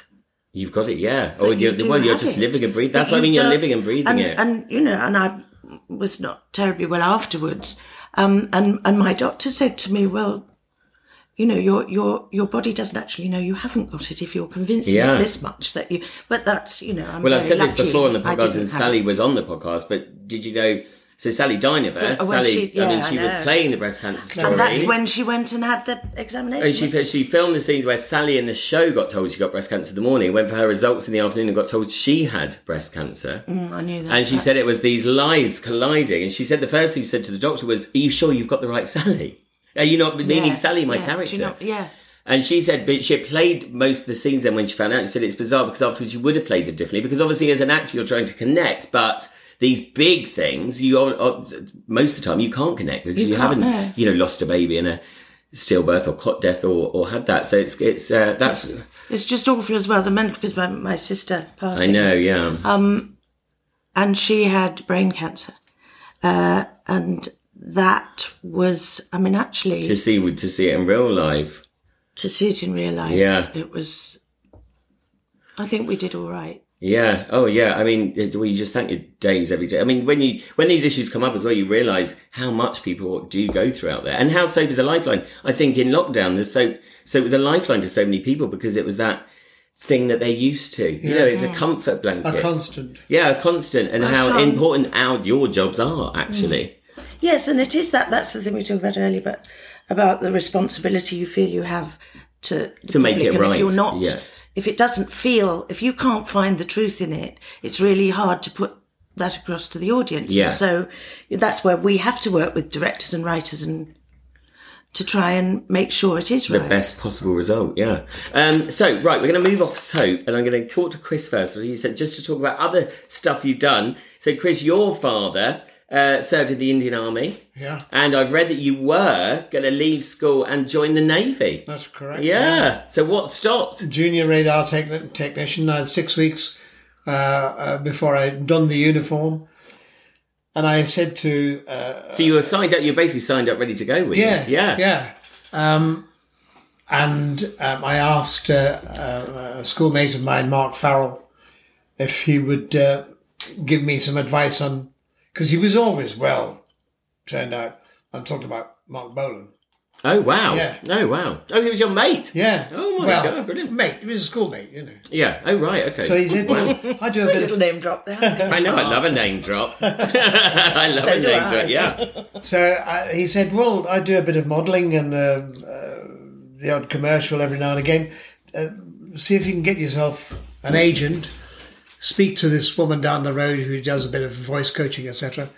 Speaker 1: you've got it. Yeah,
Speaker 3: that
Speaker 1: or Oh, you're,
Speaker 3: you do
Speaker 1: well, you're
Speaker 3: have
Speaker 1: just
Speaker 3: it,
Speaker 1: living and breathing.
Speaker 3: that
Speaker 1: That's what I
Speaker 3: you
Speaker 1: mean. You're
Speaker 3: don't-
Speaker 1: living and breathing
Speaker 3: and,
Speaker 1: it.
Speaker 3: And you know, and I was not terribly well afterwards. Um, and and my doctor said to me, well. You know, your your your body doesn't actually know you haven't got it if you're convincing
Speaker 1: Yeah.
Speaker 3: it this much that you. But that's you know, I'm
Speaker 1: well, I've said
Speaker 3: very
Speaker 1: this
Speaker 3: lucky
Speaker 1: before on the
Speaker 3: I
Speaker 1: podcast,
Speaker 3: didn't
Speaker 1: and
Speaker 3: have
Speaker 1: Sally
Speaker 3: it.
Speaker 1: was on the podcast. But did you know? So Sally Dinever,
Speaker 3: Don't- oh, well,
Speaker 1: Sally,
Speaker 3: she-
Speaker 1: I mean,
Speaker 3: yeah,
Speaker 1: she
Speaker 3: I
Speaker 1: was
Speaker 3: know.
Speaker 1: playing the breast cancer story.
Speaker 3: and that's when she went and had the examination.
Speaker 1: And she said she filmed the scenes where Sally in the show got told she got breast cancer in the morning, went for her results in the afternoon, and got told she had breast cancer.
Speaker 3: Mm, I knew that.
Speaker 1: And she said it
Speaker 3: That's-
Speaker 1: was these lives colliding. And she said the first thing she said to the doctor was, Are you sure you've got the right Sally? Are you not meaning
Speaker 3: Yeah,
Speaker 1: Sally, my
Speaker 3: yeah, do you
Speaker 1: character?
Speaker 3: not- yeah.
Speaker 1: And she said, but she had played most of the scenes then when she found out. She said it's bizarre because afterwards you would have played them differently because obviously as an actor you're trying to connect, but these big things you are, are- most of the time you can't connect because you,
Speaker 3: You
Speaker 1: haven't
Speaker 3: can't, no.
Speaker 1: you know lost a baby in a stillbirth or cot death or, or had that. So it's it's uh, that's
Speaker 3: It's just awful as well. The mental because my, my sister passed.
Speaker 1: I know yeah
Speaker 3: and she had brain cancer, uh, and that was. I mean, actually,
Speaker 1: to see to see it in real life.
Speaker 3: to see it in real life,
Speaker 1: Yeah.
Speaker 3: it was. I think we did all right.
Speaker 1: Yeah. Oh, yeah. I mean, it- well, you just thank your days every day. I mean, when you when these issues come up as well, you realise how much people do go through out there, and how soap is a lifeline. I think in lockdown, the soap so it was a lifeline to so many people because it was that thing that they're used to. You know, it's a comfort blanket.
Speaker 2: A constant.
Speaker 1: yeah, a constant, and how
Speaker 3: sure.
Speaker 1: important our your jobs are actually.
Speaker 3: Yes, and it is that. That's the thing we talked about earlier, but about the responsibility you feel you have to the
Speaker 1: To make
Speaker 3: public,
Speaker 1: it
Speaker 3: and
Speaker 1: right,
Speaker 3: If you're not,
Speaker 1: yeah.
Speaker 3: if it doesn't feel, if you can't find the truth in it, it's really hard to put that across to the audience.
Speaker 1: Yeah.
Speaker 3: And so that's where we have to work with directors and writers and to try and make sure it is
Speaker 1: the
Speaker 3: right.
Speaker 1: best possible result. Yeah. Um, so right, we're going to move off soap, and I'm going to talk to Chris first. So he said just to talk about other stuff you've done. So Chris, your father uh, served in the Indian Army.
Speaker 2: Yeah.
Speaker 1: And I've read that you were going to leave school and join the Navy.
Speaker 2: That's correct.
Speaker 1: yeah. So what stopped?
Speaker 2: Junior radar techni- technician. I had six weeks uh, uh, before I'd done the uniform. And I said to uh,
Speaker 1: So you were signed up. You were basically signed up, ready to go. With
Speaker 2: Yeah,
Speaker 1: Yeah.
Speaker 2: yeah. Um, and um, I asked uh, uh, a schoolmate of mine, Mark Farrell, if he would uh, give me some advice on because he was always well turned out. I'm talking about Mark Bolan.
Speaker 1: Oh wow.
Speaker 2: Yeah.
Speaker 1: Oh wow. Oh, he was your mate.
Speaker 2: Yeah.
Speaker 1: Oh my
Speaker 2: well,
Speaker 1: God, brilliant.
Speaker 2: mate. He was a schoolmate, you know.
Speaker 1: Yeah. Oh right. Okay.
Speaker 2: So he said,
Speaker 1: Wow.
Speaker 2: "Well, I do a bit
Speaker 3: Little
Speaker 2: of
Speaker 3: name drop there.
Speaker 1: I know. I love a name drop. I love a
Speaker 3: do
Speaker 1: name
Speaker 3: I.
Speaker 1: drop. Yeah.
Speaker 2: So I, he said, "Well, I do a bit of modelling and um uh, the odd commercial every now and again. Uh, see if you can get yourself an agent. Speak to this woman down the road who does a bit of voice coaching, etc."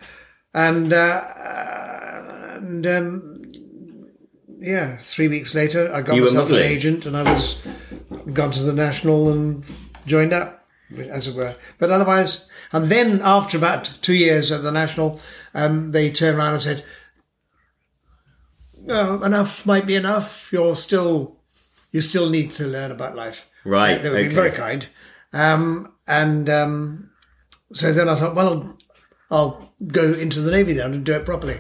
Speaker 2: And uh, and um, yeah, three weeks later, I got
Speaker 1: You were
Speaker 2: myself an
Speaker 1: modelling?
Speaker 2: agent, and I was gone to the national and joined up, as it were. But otherwise, and then after about two years at the national, um, they turned around and said, "No, enough might be enough. You're still, you still need to learn about life."
Speaker 1: Right,
Speaker 2: They, they were being
Speaker 1: okay.
Speaker 2: very kind, um, and um, so then I thought, well, I'll go into the navy then and do it properly.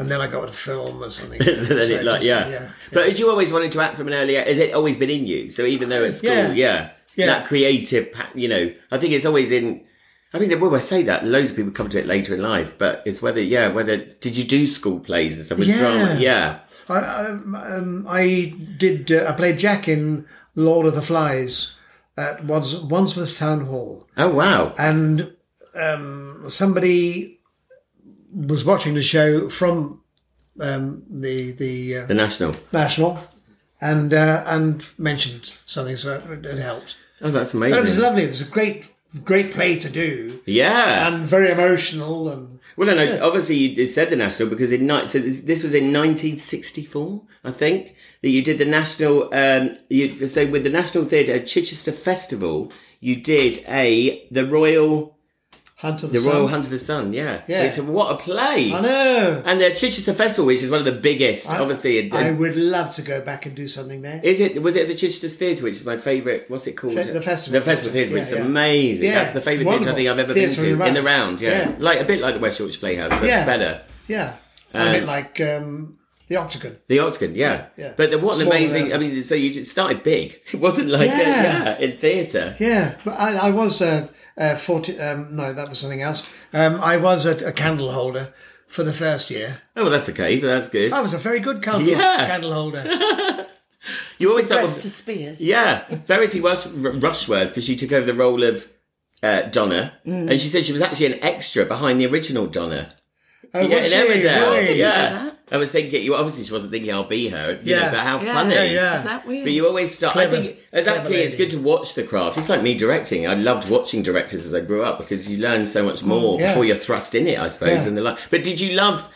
Speaker 2: And then I got a film or something.
Speaker 1: so then it like
Speaker 2: just-
Speaker 1: yeah.
Speaker 2: yeah.
Speaker 1: But had you always wanted to act from an earlier? Has it always been in you? So even though at school, yeah,
Speaker 2: Yeah. Yeah.
Speaker 1: that creative, pa- you know, I think it's always in. I mean, well, I say that loads of people come to it later in life, but it's whether yeah, whether did you do school plays and stuff with
Speaker 2: Yeah.
Speaker 1: drama? Yeah,
Speaker 2: I, I, um, I did. Uh, I played Jack in Lord of the Flies at Wands- Wandsworth Town Hall,
Speaker 1: oh wow,
Speaker 2: and um, somebody was watching the show from um, the the uh,
Speaker 1: the national.
Speaker 2: national, and uh, and mentioned something, so it, it helped.
Speaker 1: Oh, that's
Speaker 2: But it was
Speaker 1: amazing.
Speaker 2: lovely. It was a great, great play to do
Speaker 1: yeah.
Speaker 2: and very emotional. And
Speaker 1: well, and I, obviously you did- said the national because in night. So this was in 1964, I think, that you did the national. Um, you so with the National Theatre Chichester Festival, you did a the Royal
Speaker 2: Hunt of the,
Speaker 1: the
Speaker 2: Sun.
Speaker 1: Royal Hunt of the Sun. Yeah.
Speaker 2: Yeah.
Speaker 1: Which- what a play!
Speaker 2: I know.
Speaker 1: And the Chichester Festival, which is one of the biggest, obviously. in-
Speaker 2: I would love to go back and do something there.
Speaker 1: Is it was it the Chichester Theatre, which is my favourite? What's it called?
Speaker 2: Fe- the festival
Speaker 1: The festival
Speaker 2: theatre,
Speaker 1: theatre, which is
Speaker 2: yeah, yeah.
Speaker 1: amazing.
Speaker 2: Yeah,
Speaker 1: That's the favourite theatre I
Speaker 2: wonderful.
Speaker 1: think I've ever
Speaker 2: Theatre
Speaker 1: been
Speaker 2: in
Speaker 1: to
Speaker 2: the
Speaker 1: in the round.
Speaker 2: round.
Speaker 1: Yeah.
Speaker 2: Yeah.
Speaker 1: like a bit like the West Yorkshire Playhouse, but
Speaker 2: Yeah.
Speaker 1: better.
Speaker 2: yeah,
Speaker 1: Uh,
Speaker 2: a bit like um, the Octagon.
Speaker 1: The Octagon, yeah.
Speaker 2: Yeah.
Speaker 1: But the, what an
Speaker 2: Smaller
Speaker 1: amazing!
Speaker 2: than-
Speaker 1: I mean, so you just started big. It wasn't like yeah,
Speaker 2: Yeah.
Speaker 1: yeah in theatre.
Speaker 2: Yeah, but I, I was uh, uh, forty. Um, no, that was something else. Um, I was a, a candle holder for the first year.
Speaker 1: Oh, well, that's okay. But that's good.
Speaker 2: I was a very good candle,
Speaker 1: Yeah.
Speaker 2: candle holder.
Speaker 1: You always thought,
Speaker 3: Rest to Spears.
Speaker 1: yeah, Verity Rush, R- Rushworth, because she took over the role of uh, Donna,
Speaker 2: Mm.
Speaker 1: and she said she was actually an extra behind the original Donna.
Speaker 2: Oh,
Speaker 1: yeah, in
Speaker 2: was she?
Speaker 1: Emmerdale.
Speaker 2: Really?
Speaker 1: yeah. I was thinking, you obviously she wasn't thinking I'll be her, you know,
Speaker 2: Yeah.
Speaker 1: but how
Speaker 3: Yeah,
Speaker 1: funny.
Speaker 3: yeah,
Speaker 2: yeah.
Speaker 3: Is that weird?
Speaker 1: But you always start. I
Speaker 2: Clever.
Speaker 1: think as
Speaker 2: Clever
Speaker 1: acting, it's
Speaker 2: lady.
Speaker 1: good to watch the craft. It's like me directing. I loved watching directors as I grew up because you learn so much more
Speaker 2: Mm, yeah.
Speaker 1: before you're thrust in it, I suppose.
Speaker 2: Yeah.
Speaker 1: And the like. But did you love?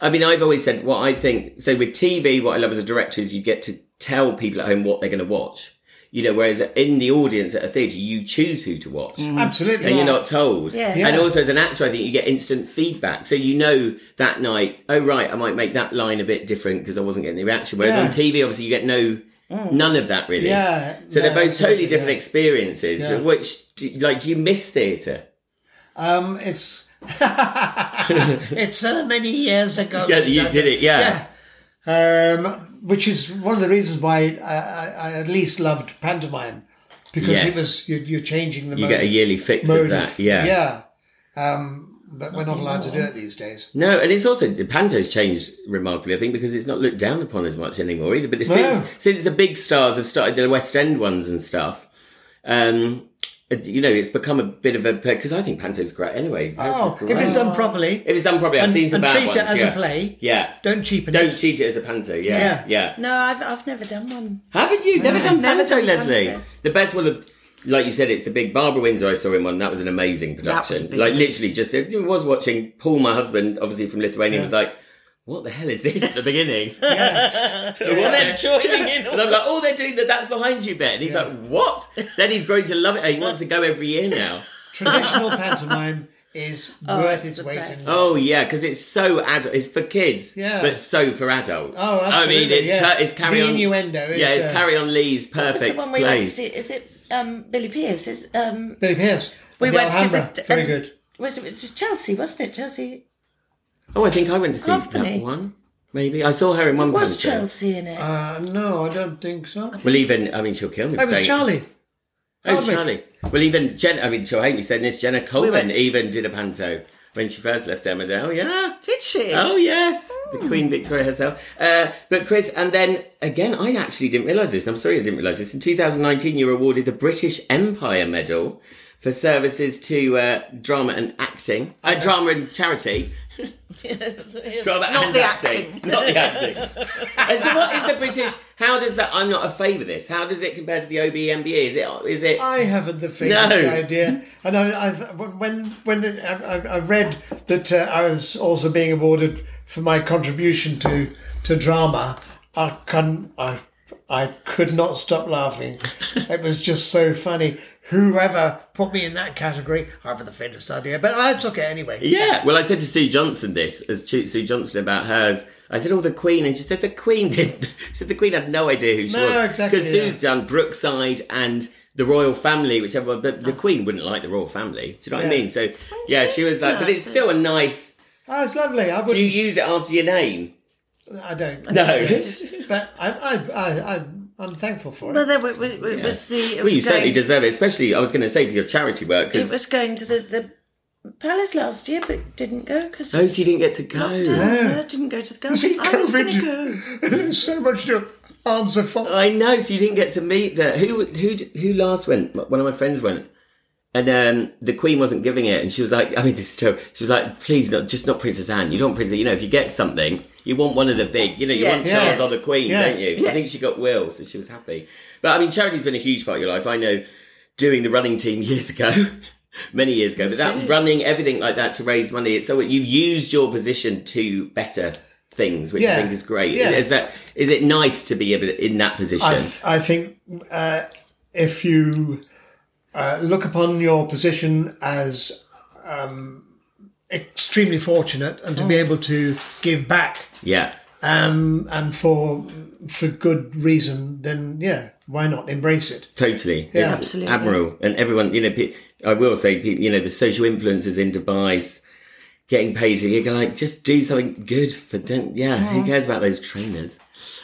Speaker 1: I mean, I've always said what I think. So with TV, what I love as a director is you get to tell people at home what they're going to watch. You know, whereas in the audience at a theatre, you choose who to watch
Speaker 2: Mm. Absolutely.
Speaker 1: and you're not told.
Speaker 3: Yeah.
Speaker 1: And also as an actor, I think you get instant feedback. So you know that night, oh right, I might make that line a bit different because I wasn't getting the reaction. Whereas
Speaker 2: Yeah.
Speaker 1: on TV, obviously, you get no
Speaker 3: Mm.
Speaker 1: none of that really.
Speaker 2: Yeah,
Speaker 1: So they're
Speaker 2: no,
Speaker 1: both totally
Speaker 2: absolutely,
Speaker 1: different
Speaker 2: yeah.
Speaker 1: experiences.
Speaker 2: Yeah.
Speaker 1: Which do, like do you miss theatre?
Speaker 2: Um, it's it's so many years ago.
Speaker 1: Yeah, you did it. Yeah.
Speaker 2: Um, which is one of the reasons why I, I, I at least loved pantomime because
Speaker 1: Yes.
Speaker 2: it was you're, you're changing the
Speaker 1: You
Speaker 2: mode,
Speaker 1: get a yearly fix of
Speaker 2: mode
Speaker 1: that. Yeah.
Speaker 2: yeah. Um, but we're not allowed to do it these days.
Speaker 1: No, and it's also the panto's changed remarkably, I think, because it's not looked down upon as much anymore either. But since since the big stars have started the West End ones and stuff, um, it- you know, it's become a bit of a because I think panto's great anyway. Panto's
Speaker 2: Oh,
Speaker 1: great.
Speaker 2: if it's done properly,
Speaker 1: if it's done properly, I've
Speaker 2: and,
Speaker 1: seen some
Speaker 2: and
Speaker 1: bad
Speaker 2: treat
Speaker 1: ones.
Speaker 2: it as
Speaker 1: yeah.
Speaker 2: a play,
Speaker 1: yeah.
Speaker 2: don't cheapen
Speaker 1: Don't
Speaker 2: it.
Speaker 1: cheat it as a panto. Yeah, yeah.
Speaker 2: Yeah.
Speaker 3: No, I've, I've never done one.
Speaker 1: Haven't you never done
Speaker 3: Never
Speaker 1: panto,
Speaker 3: done
Speaker 1: Leslie?
Speaker 3: panto.
Speaker 1: The best one, of, like you said, it's the big Barbara Windsor I saw in one. That was an amazing
Speaker 3: would
Speaker 1: production.
Speaker 3: be-
Speaker 1: Like literally, just I was watching Paul, my husband, obviously from Lithuania, was like. What the hell is this at the beginning? Well, they're joining in. And I'm like, oh, they're doing the That's Behind You bit. And he's like, what? Then he's grown to love it. And he wants to go every year now.
Speaker 2: Traditional pantomime is worth
Speaker 3: Oh, it's
Speaker 2: its
Speaker 3: the
Speaker 2: weight
Speaker 3: best.
Speaker 2: in gold.
Speaker 1: Oh, yeah, because it's so adult. It's for kids,
Speaker 2: Yeah.
Speaker 1: but so for adults.
Speaker 2: Oh, absolutely.
Speaker 1: I mean, it's,
Speaker 2: yeah.
Speaker 1: per- it's Carry
Speaker 2: the
Speaker 1: On.
Speaker 2: innuendo. Is,
Speaker 1: yeah, it's
Speaker 2: uh,
Speaker 1: Carry On Lee's
Speaker 3: What's
Speaker 1: perfect
Speaker 3: the one we went
Speaker 1: play.
Speaker 3: to see? Is it um, Billy Pierce? Is um,
Speaker 2: Billy Pierce.
Speaker 3: we
Speaker 2: the
Speaker 3: went
Speaker 2: Alhambra.
Speaker 3: to the,
Speaker 2: Very
Speaker 3: um,
Speaker 2: good.
Speaker 3: Was it was it Chelsea? Wasn't it Chelsea?
Speaker 1: Oh, I think I went to see
Speaker 3: Company.
Speaker 1: that one. Maybe I saw her in one.
Speaker 3: Was
Speaker 1: concert.
Speaker 3: Chelsea in it?
Speaker 2: Uh, no, I don't think so.
Speaker 1: Well, even I mean, she'll kill me. for
Speaker 2: That was
Speaker 1: saying-
Speaker 2: Charlie.
Speaker 1: Oh,
Speaker 2: Hardwick.
Speaker 1: Charlie. Well, even Jen. I mean, she'll hate me saying this. Jenna Coleman
Speaker 3: went-
Speaker 1: even did a panto when she first left Emmerdale. Yeah.
Speaker 3: Did she?
Speaker 1: Oh yes, the Queen Victoria herself. Uh, but Chris, and then again, I actually didn't realise this. And I'm sorry, I didn't realise this. In 2019, you were awarded the British Empire Medal for services to uh, drama and acting, uh, drama and charity. Drama
Speaker 3: Not
Speaker 1: and
Speaker 3: the
Speaker 1: acting.
Speaker 3: acting.
Speaker 1: not the acting. and so, what is the British? How does that? I'm not a favour this. How does it compare to the OBMBE? Is it? Is it?
Speaker 2: I haven't the faintest
Speaker 1: No.
Speaker 2: idea. And I, I when when it, I, I- I read that uh, I was also being awarded for my contribution to to drama, I can I I could not stop laughing. it was just so funny. Whoever put me in that category, I haven't the faintest idea, but I took it anyway.
Speaker 1: Yeah. Well, I said to Sue Johnson this, as Chu- Sue Johnson about hers. I said, "Oh, the Queen," and she said, "The Queen did." She said, "The Queen had no idea who she
Speaker 2: No,
Speaker 1: was."
Speaker 2: exactly,
Speaker 1: Because Sue's
Speaker 2: yeah.
Speaker 1: done Brookside and the royal family, which everyone, but the Queen wouldn't like the royal family. Do you know what I
Speaker 2: Oh. Yeah.
Speaker 1: mean? So, yeah, she was like,
Speaker 3: No,
Speaker 1: but
Speaker 3: I
Speaker 1: it's
Speaker 3: suppose-
Speaker 1: still a nice.
Speaker 2: Oh, it's lovely. I
Speaker 1: Do you
Speaker 2: wouldn't.
Speaker 1: use it after your name?
Speaker 2: I don't.
Speaker 1: No.
Speaker 2: But I I I, I I'm thankful for it.
Speaker 3: Well, there w- w- w- was the. It
Speaker 1: Well, you
Speaker 3: was
Speaker 1: certainly
Speaker 3: going,
Speaker 1: deserve it, especially I was going to say for your charity work.
Speaker 3: It
Speaker 1: Cause,
Speaker 3: was going to the, the palace last year, but didn't go because.
Speaker 1: oh, so you didn't get to go.
Speaker 3: No, I didn't go to the garden.
Speaker 2: see,
Speaker 3: I was going
Speaker 2: COVID-
Speaker 3: to go.
Speaker 2: There's so much to answer for.
Speaker 1: I know. So you didn't get to meet the who who who last went. One of my friends went, and um, the Queen wasn't giving it, and she was like, "I mean, this is terrible." She was like, "Please, not just not Princess Anne. You don't want Princess. You know, if you get something, you want one of the big. You know, you
Speaker 3: Yes,
Speaker 1: want Charles
Speaker 3: yes.
Speaker 1: or the Queen,
Speaker 2: Yeah.
Speaker 1: don't you?" I think she got Will, so she was happy. But I mean, charity's been a huge part of your life. I know. doing the running team years ago, many years ago. But that running, everything like that to raise money, it's so you've used your position to better things, which I
Speaker 2: Yeah.
Speaker 1: think is great.
Speaker 2: Yeah.
Speaker 1: Is that is it nice to be able in that position?
Speaker 2: I, th- I think uh, if you uh, look upon your position as um, extremely fortunate and to be able to give back
Speaker 1: yeah.
Speaker 2: um, and for for good reason, then yeah, why not embrace it?
Speaker 1: Totally,
Speaker 2: Yeah.
Speaker 1: It's
Speaker 3: Absolutely.
Speaker 1: admirable, and everyone. You know, pe- I will say, pe- you know, the social influencers in Dubai's getting paid. You go like, just do something good for them. Yeah, who cares about those trainers?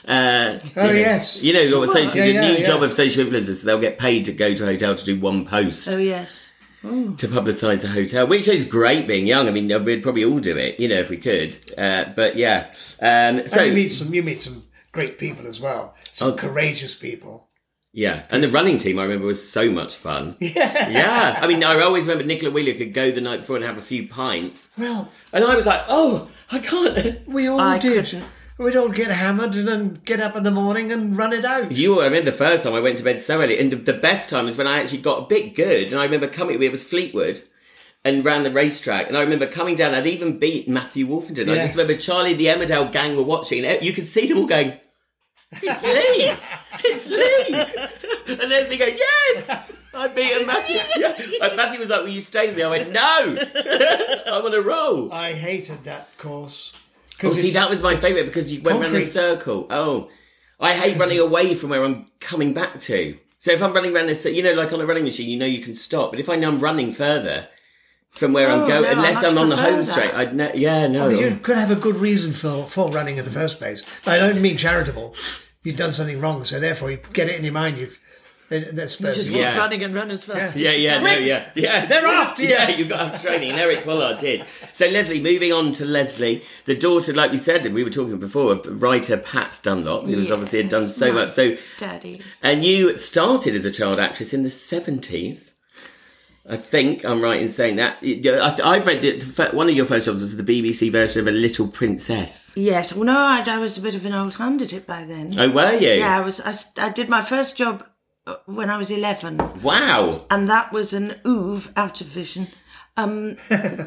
Speaker 1: Uh,
Speaker 2: Mm-hmm. Oh,
Speaker 1: you know,
Speaker 2: yes.
Speaker 1: you know, your social,
Speaker 2: yeah,
Speaker 1: the
Speaker 2: yeah,
Speaker 1: new
Speaker 2: yeah.
Speaker 1: job of social influencers. They'll get paid to go to a hotel to do one post
Speaker 3: Oh yes.
Speaker 1: to publicise the hotel, which is great. Being young, I mean, we'd probably all do it, you know, if we could. Uh, but yeah, um, so
Speaker 2: And you meet some you meet some great people as well, some courageous people.
Speaker 1: Yeah, and the running team I remember was so much fun. Yeah, yeah. I mean, I always remember Nicola Wheeler could go the night before and have a few pints,
Speaker 2: Well,
Speaker 1: and I was like, "Oh, I can't."
Speaker 2: we all
Speaker 3: I
Speaker 2: did.
Speaker 3: couldn't.
Speaker 2: We'd all get hammered and then get up in the morning and run it out.
Speaker 1: You, I remember the first time I went to bed so early, and the, the best time is when I actually got a bit good. And I remember coming, it was Fleetwood, and ran the racetrack. And I remember coming down, I'd even beat Matthew Wolfenden. I
Speaker 2: Yeah.
Speaker 1: just remember Charlie, the Emmerdale gang were watching, and you could see them all going, It's Lee! It's Lee! and there's me going, Yes! I beat Matthew. Yeah. And Matthew was like, Will you stay with me? I went, No! I'm on a roll.
Speaker 2: I hated that course
Speaker 1: Oh,
Speaker 2: because
Speaker 1: see, that was my favourite because you went round in a
Speaker 2: concrete.
Speaker 1: circle. Oh, I hate running away from where I'm coming back to. So if I'm running around this, you know, like on a running machine, you know you can stop. But if I know I'm running further from where I'm
Speaker 3: Oh,
Speaker 1: going,
Speaker 3: no, I
Speaker 1: unless
Speaker 3: much
Speaker 1: I'm on the
Speaker 3: prefer
Speaker 1: home
Speaker 3: that. Oh,
Speaker 1: straight, I'd ne- yeah, no.
Speaker 2: you could have a good reason for, for running in the first place. I don't mean charitable. You've done something wrong, so therefore you get it in your mind. You've that- that's
Speaker 3: Just
Speaker 2: best.
Speaker 3: keep
Speaker 1: Yeah.
Speaker 3: running and run as fast.
Speaker 1: yeah, yeah, no, yeah, yeah. They're after you. Yeah, you got up training. And Eric Pollard did. So Leslie, moving on to Leslie, the daughter, like we said, and we were talking before, of writer Pat Dunlop, who was obviously had done so
Speaker 3: my
Speaker 1: much. So
Speaker 3: Daddy.
Speaker 1: And you started as a child actress in the 70s. I think I'm right in saying that. You know, I th- I've read that the fir- one of your first jobs was the BBC version of A Little Princess.
Speaker 3: Yes. Well, no, I, I was a bit of an old hand at it by then.
Speaker 1: Oh, were you?
Speaker 3: Yeah, I was. I, s- I did my first job uh, when I was eleven,
Speaker 1: Wow.
Speaker 3: and that was an oove out of vision um,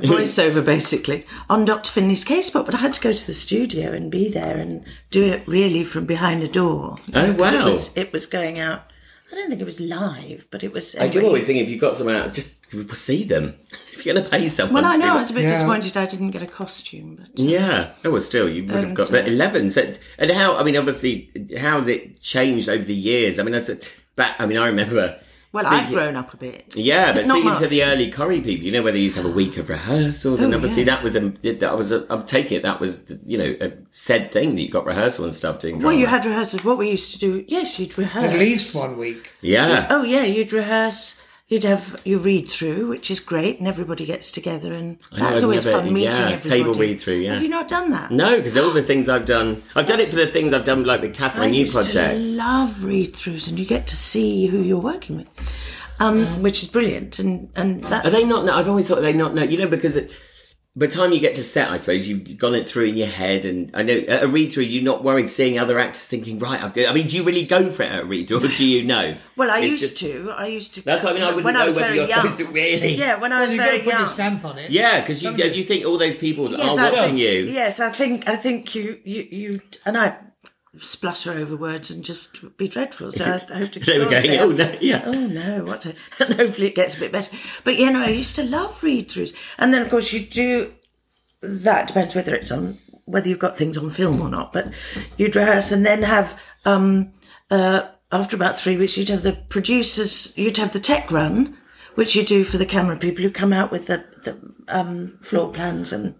Speaker 3: voiceover, basically, on Dr. Finley's casebook. But I had to go to the studio and be there and do it really from behind a door. you
Speaker 1: Oh,
Speaker 3: 'cause
Speaker 1: wow.
Speaker 3: It was, it was going out. I don't think it was live, but it was.
Speaker 1: I do
Speaker 3: anyway.
Speaker 1: always think if you've got someone out, just see them. If you're going to pay someone.
Speaker 3: Well, I
Speaker 1: to be-
Speaker 3: know I was a bit
Speaker 2: Yeah.
Speaker 3: disappointed I didn't get a costume, but
Speaker 1: Yeah. Oh, well, still, you would have got
Speaker 3: uh,
Speaker 1: but 11. So, and how, I mean, obviously, how's it changed over the years? I mean, I said, back, I mean, I remember.
Speaker 3: well, I've
Speaker 1: Speaking-
Speaker 3: grown up a bit.
Speaker 1: Yeah, but
Speaker 3: Not
Speaker 1: speaking to
Speaker 3: much. Oh,
Speaker 1: the early Corrie people, you know whether you used to have a week of rehearsals, and obviously that was a that was a, I'm taking it that was you know a said thing that you got rehearsal and stuff doing.
Speaker 3: Well,
Speaker 1: drama.
Speaker 3: you had rehearsals. What we used to do, yes, you'd rehearse
Speaker 2: At least one week.
Speaker 1: yeah,
Speaker 3: Oh yeah, you'd rehearse. You'd have your read through, which is great, and everybody gets together, and
Speaker 1: know,
Speaker 3: that's
Speaker 1: I'd
Speaker 3: always
Speaker 1: love it.
Speaker 3: fun meeting
Speaker 1: Yeah,
Speaker 3: everybody.
Speaker 1: table read-through, yeah.
Speaker 3: Have you not done that?
Speaker 1: no, because all the things I've done, I've done it for the things I've done like with
Speaker 3: I
Speaker 1: Catherine New
Speaker 3: used to
Speaker 1: project.
Speaker 3: love read throughs, and you get to see who you're working with, um, which is brilliant. And and that
Speaker 1: Are they not? No, I've always thought they not know. You know because. It, by the time you get to set, I suppose you've gone it through in your head, and I know at a read through, you're not worried seeing other actors thinking, right, I've got. I mean, do you really go for it at a read, or do you know?
Speaker 3: well, I
Speaker 1: It's
Speaker 3: used
Speaker 1: just-
Speaker 3: to. I used to.
Speaker 1: That's what I mean. I wouldn't
Speaker 3: when
Speaker 1: know
Speaker 3: I was
Speaker 1: whether
Speaker 3: very
Speaker 1: you're
Speaker 3: young.
Speaker 1: supposed to really.
Speaker 3: Yeah, when I was
Speaker 2: You've got
Speaker 3: very
Speaker 2: to put
Speaker 3: young.
Speaker 2: your stamp on it.
Speaker 1: Yeah, because you you think all those people that are
Speaker 3: I
Speaker 1: watching
Speaker 3: think-
Speaker 1: Oh, you.
Speaker 3: Yes, I think I think you you you and I splutter over words and just be dreadful. So I hope to.
Speaker 1: They were
Speaker 3: God,
Speaker 1: going,
Speaker 3: they
Speaker 1: oh
Speaker 3: have-
Speaker 1: no, yeah.
Speaker 3: oh no, what's it? And hopefully it gets a bit better. But you know, I used to love read throughs. And then of course you do that depends whether it's on whether you've got things on film or not, but you'd rehearse and then have um uh after about three weeks you'd have the producers you'd have the tech run, which you do for the camera people who come out with the, the um floor plans and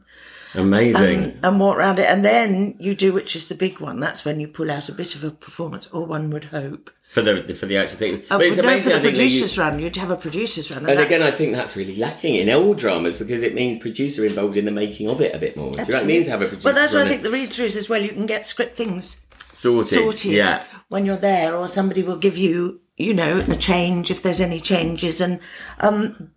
Speaker 1: Amazing.
Speaker 3: and walk around it. And then you do, which is the big one. That's when you pull out a bit of a performance, or one would hope.
Speaker 1: for the for the actual thing.
Speaker 3: Uh,
Speaker 1: but it's
Speaker 3: no, for
Speaker 1: amazing.
Speaker 3: the
Speaker 1: I think that you,
Speaker 3: producers run, you'd have a producers run.
Speaker 1: and
Speaker 3: that's-
Speaker 1: again, I think that's really lacking in all dramas because it means producer involved in the making of it a bit more. Do you know what I mean? To have a producer.
Speaker 3: well, that's why I
Speaker 1: on
Speaker 3: think
Speaker 1: it
Speaker 3: the read-throughs as well. You can get script things
Speaker 1: sorted.
Speaker 3: sorted
Speaker 1: Yeah.
Speaker 3: when you're there, or somebody will give you, you know, a change if there's any changes. And um,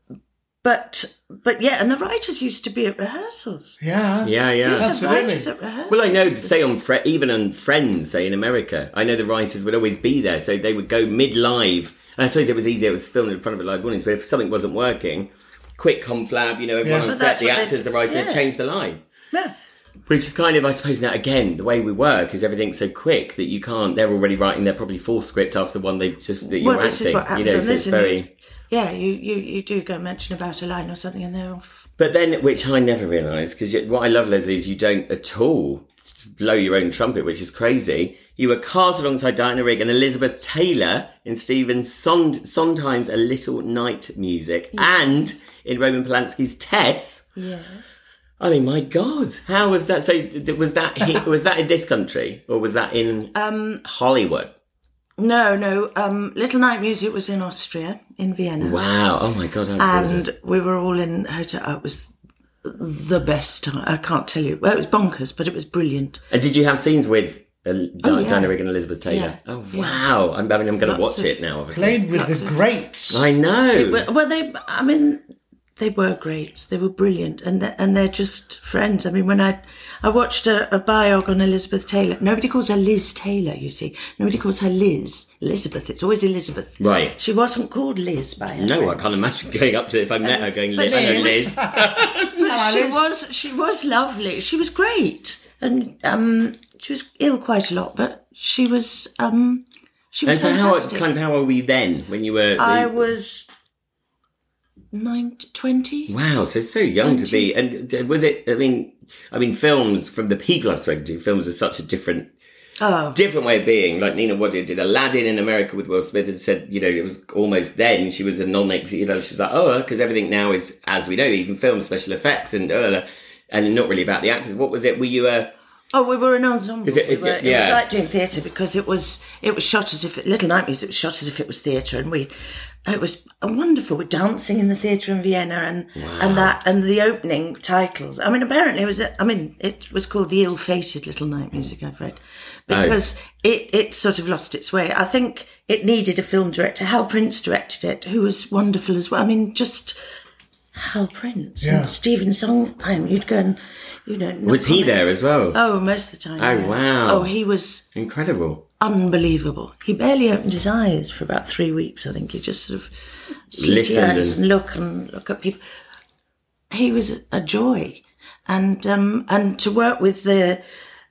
Speaker 3: but but yeah, and the writers used to be at rehearsals.
Speaker 2: Yeah.
Speaker 1: Yeah, yeah.
Speaker 3: Used to have
Speaker 2: Absolutely.
Speaker 3: writers at rehearsals.
Speaker 1: Well, I know, say on Fre- even on Friends, say in America, I know the writers would always be there, so they would go mid live And I suppose it was easier. It was filmed in front of a live audience. But if something wasn't working, quick conflab. You know, everyone
Speaker 2: Yeah.
Speaker 1: on
Speaker 2: But
Speaker 1: set,
Speaker 3: that's
Speaker 1: the
Speaker 3: what they-
Speaker 1: actors, the writers,
Speaker 3: yeah.
Speaker 1: change the line.
Speaker 3: Yeah.
Speaker 1: Which is kind of, I suppose, now again, the way we work is everything's so quick that you can't. They're already writing their probably full script after the one they just that you're
Speaker 3: Well,
Speaker 1: acting.
Speaker 3: this is what happens
Speaker 1: you know,
Speaker 3: on
Speaker 1: so it's
Speaker 3: this, isn't
Speaker 1: very.
Speaker 3: it? Yeah, you, you, you do go mention about a line or something and they're off.
Speaker 1: But then, which I never realised, because what I love, Leslie, is you don't at all blow your own trumpet, which is crazy. You were cast alongside Diana Rigg and Elizabeth Taylor in Stephen Sond- Sondheim's A Little Night Music and in Roman Polanski's Tess.
Speaker 3: Yeah.
Speaker 1: I mean, my God, how was that? So, th- was that he- was that in this country or was that in
Speaker 3: Um,
Speaker 1: Hollywood?
Speaker 3: No, no. Um, Little Night Music was in Austria, in Vienna.
Speaker 1: Wow! Oh my God! How gorgeous.
Speaker 3: And we were all in hotel. oh, It was the best time. I can't tell you. Well, it was bonkers, but it was brilliant.
Speaker 1: And did you have scenes with uh, Di-
Speaker 3: Oh, yeah.
Speaker 1: Diana Rigg and Elizabeth Taylor?
Speaker 3: Yeah.
Speaker 1: Oh wow! I'm, I mean, I'm going to
Speaker 3: Lots
Speaker 1: watch
Speaker 3: of-
Speaker 1: it now. Obviously,
Speaker 2: Played with the greats.
Speaker 1: I know.
Speaker 3: Well, well, they. I mean, they were great. They were brilliant, and they're, and they're just friends. I mean, when I I watched a, a biog on Elizabeth Taylor, nobody calls her Liz Taylor. You see, nobody calls her Liz Elizabeth. It's always Elizabeth.
Speaker 1: Right.
Speaker 3: She wasn't called Liz by her.
Speaker 1: no, I
Speaker 3: friends.
Speaker 1: can't imagine going up to if I met her going,
Speaker 3: But
Speaker 1: Liz. I know Liz.
Speaker 3: Liz- But she was she was lovely. She was great, and um, she was ill quite a lot, but she was um, she
Speaker 1: And
Speaker 3: was
Speaker 1: so, how
Speaker 3: fantastic.
Speaker 1: kind of how old were you then when you were?
Speaker 3: I
Speaker 1: the-
Speaker 3: was nine, 20.
Speaker 1: Wow, so so young to be, and d- was it? I mean, I mean, films from the people I've spoken to, films are such a different,
Speaker 3: Oh.
Speaker 1: different way of being. Like Nina Wadia did Aladdin in America with Will Smith, and said, you know, it was almost then she was a non ex You know, she was like, oh, because everything now is as we know, even film special effects and uh, and not really about the actors. What was it? Were you uh, a?
Speaker 3: Oh, we were an ensemble.
Speaker 1: Is it-
Speaker 3: we were, it was
Speaker 1: yeah.
Speaker 3: like doing theatre because it was it was shot as if Little Night Music was shot as if it was theatre, and we it was wonderful. We're dancing in the theatre in Vienna, and and that and the opening titles. I mean, apparently it was a, I mean it was called the ill-fated Little Night
Speaker 1: Mm.
Speaker 3: Music. I've read
Speaker 1: Oh.
Speaker 3: because it it sort of lost its way. I think it needed a film director. Hal Prince directed it, who was wonderful as well. I mean, just. Hal Prince
Speaker 2: Yeah.
Speaker 3: and Stephen Sondheim, you'd go and, you know. knock
Speaker 1: Was he
Speaker 3: on it.
Speaker 1: there as well?
Speaker 3: Oh, most of the time.
Speaker 1: Oh,
Speaker 3: yeah.
Speaker 1: wow.
Speaker 3: Oh, he was
Speaker 1: Incredible.
Speaker 3: unbelievable. He barely opened his eyes for about three weeks. I think he just sort of
Speaker 1: Listened
Speaker 3: CGIs
Speaker 1: and-
Speaker 3: and look and look at people. He was a- a joy, and um, and to work with the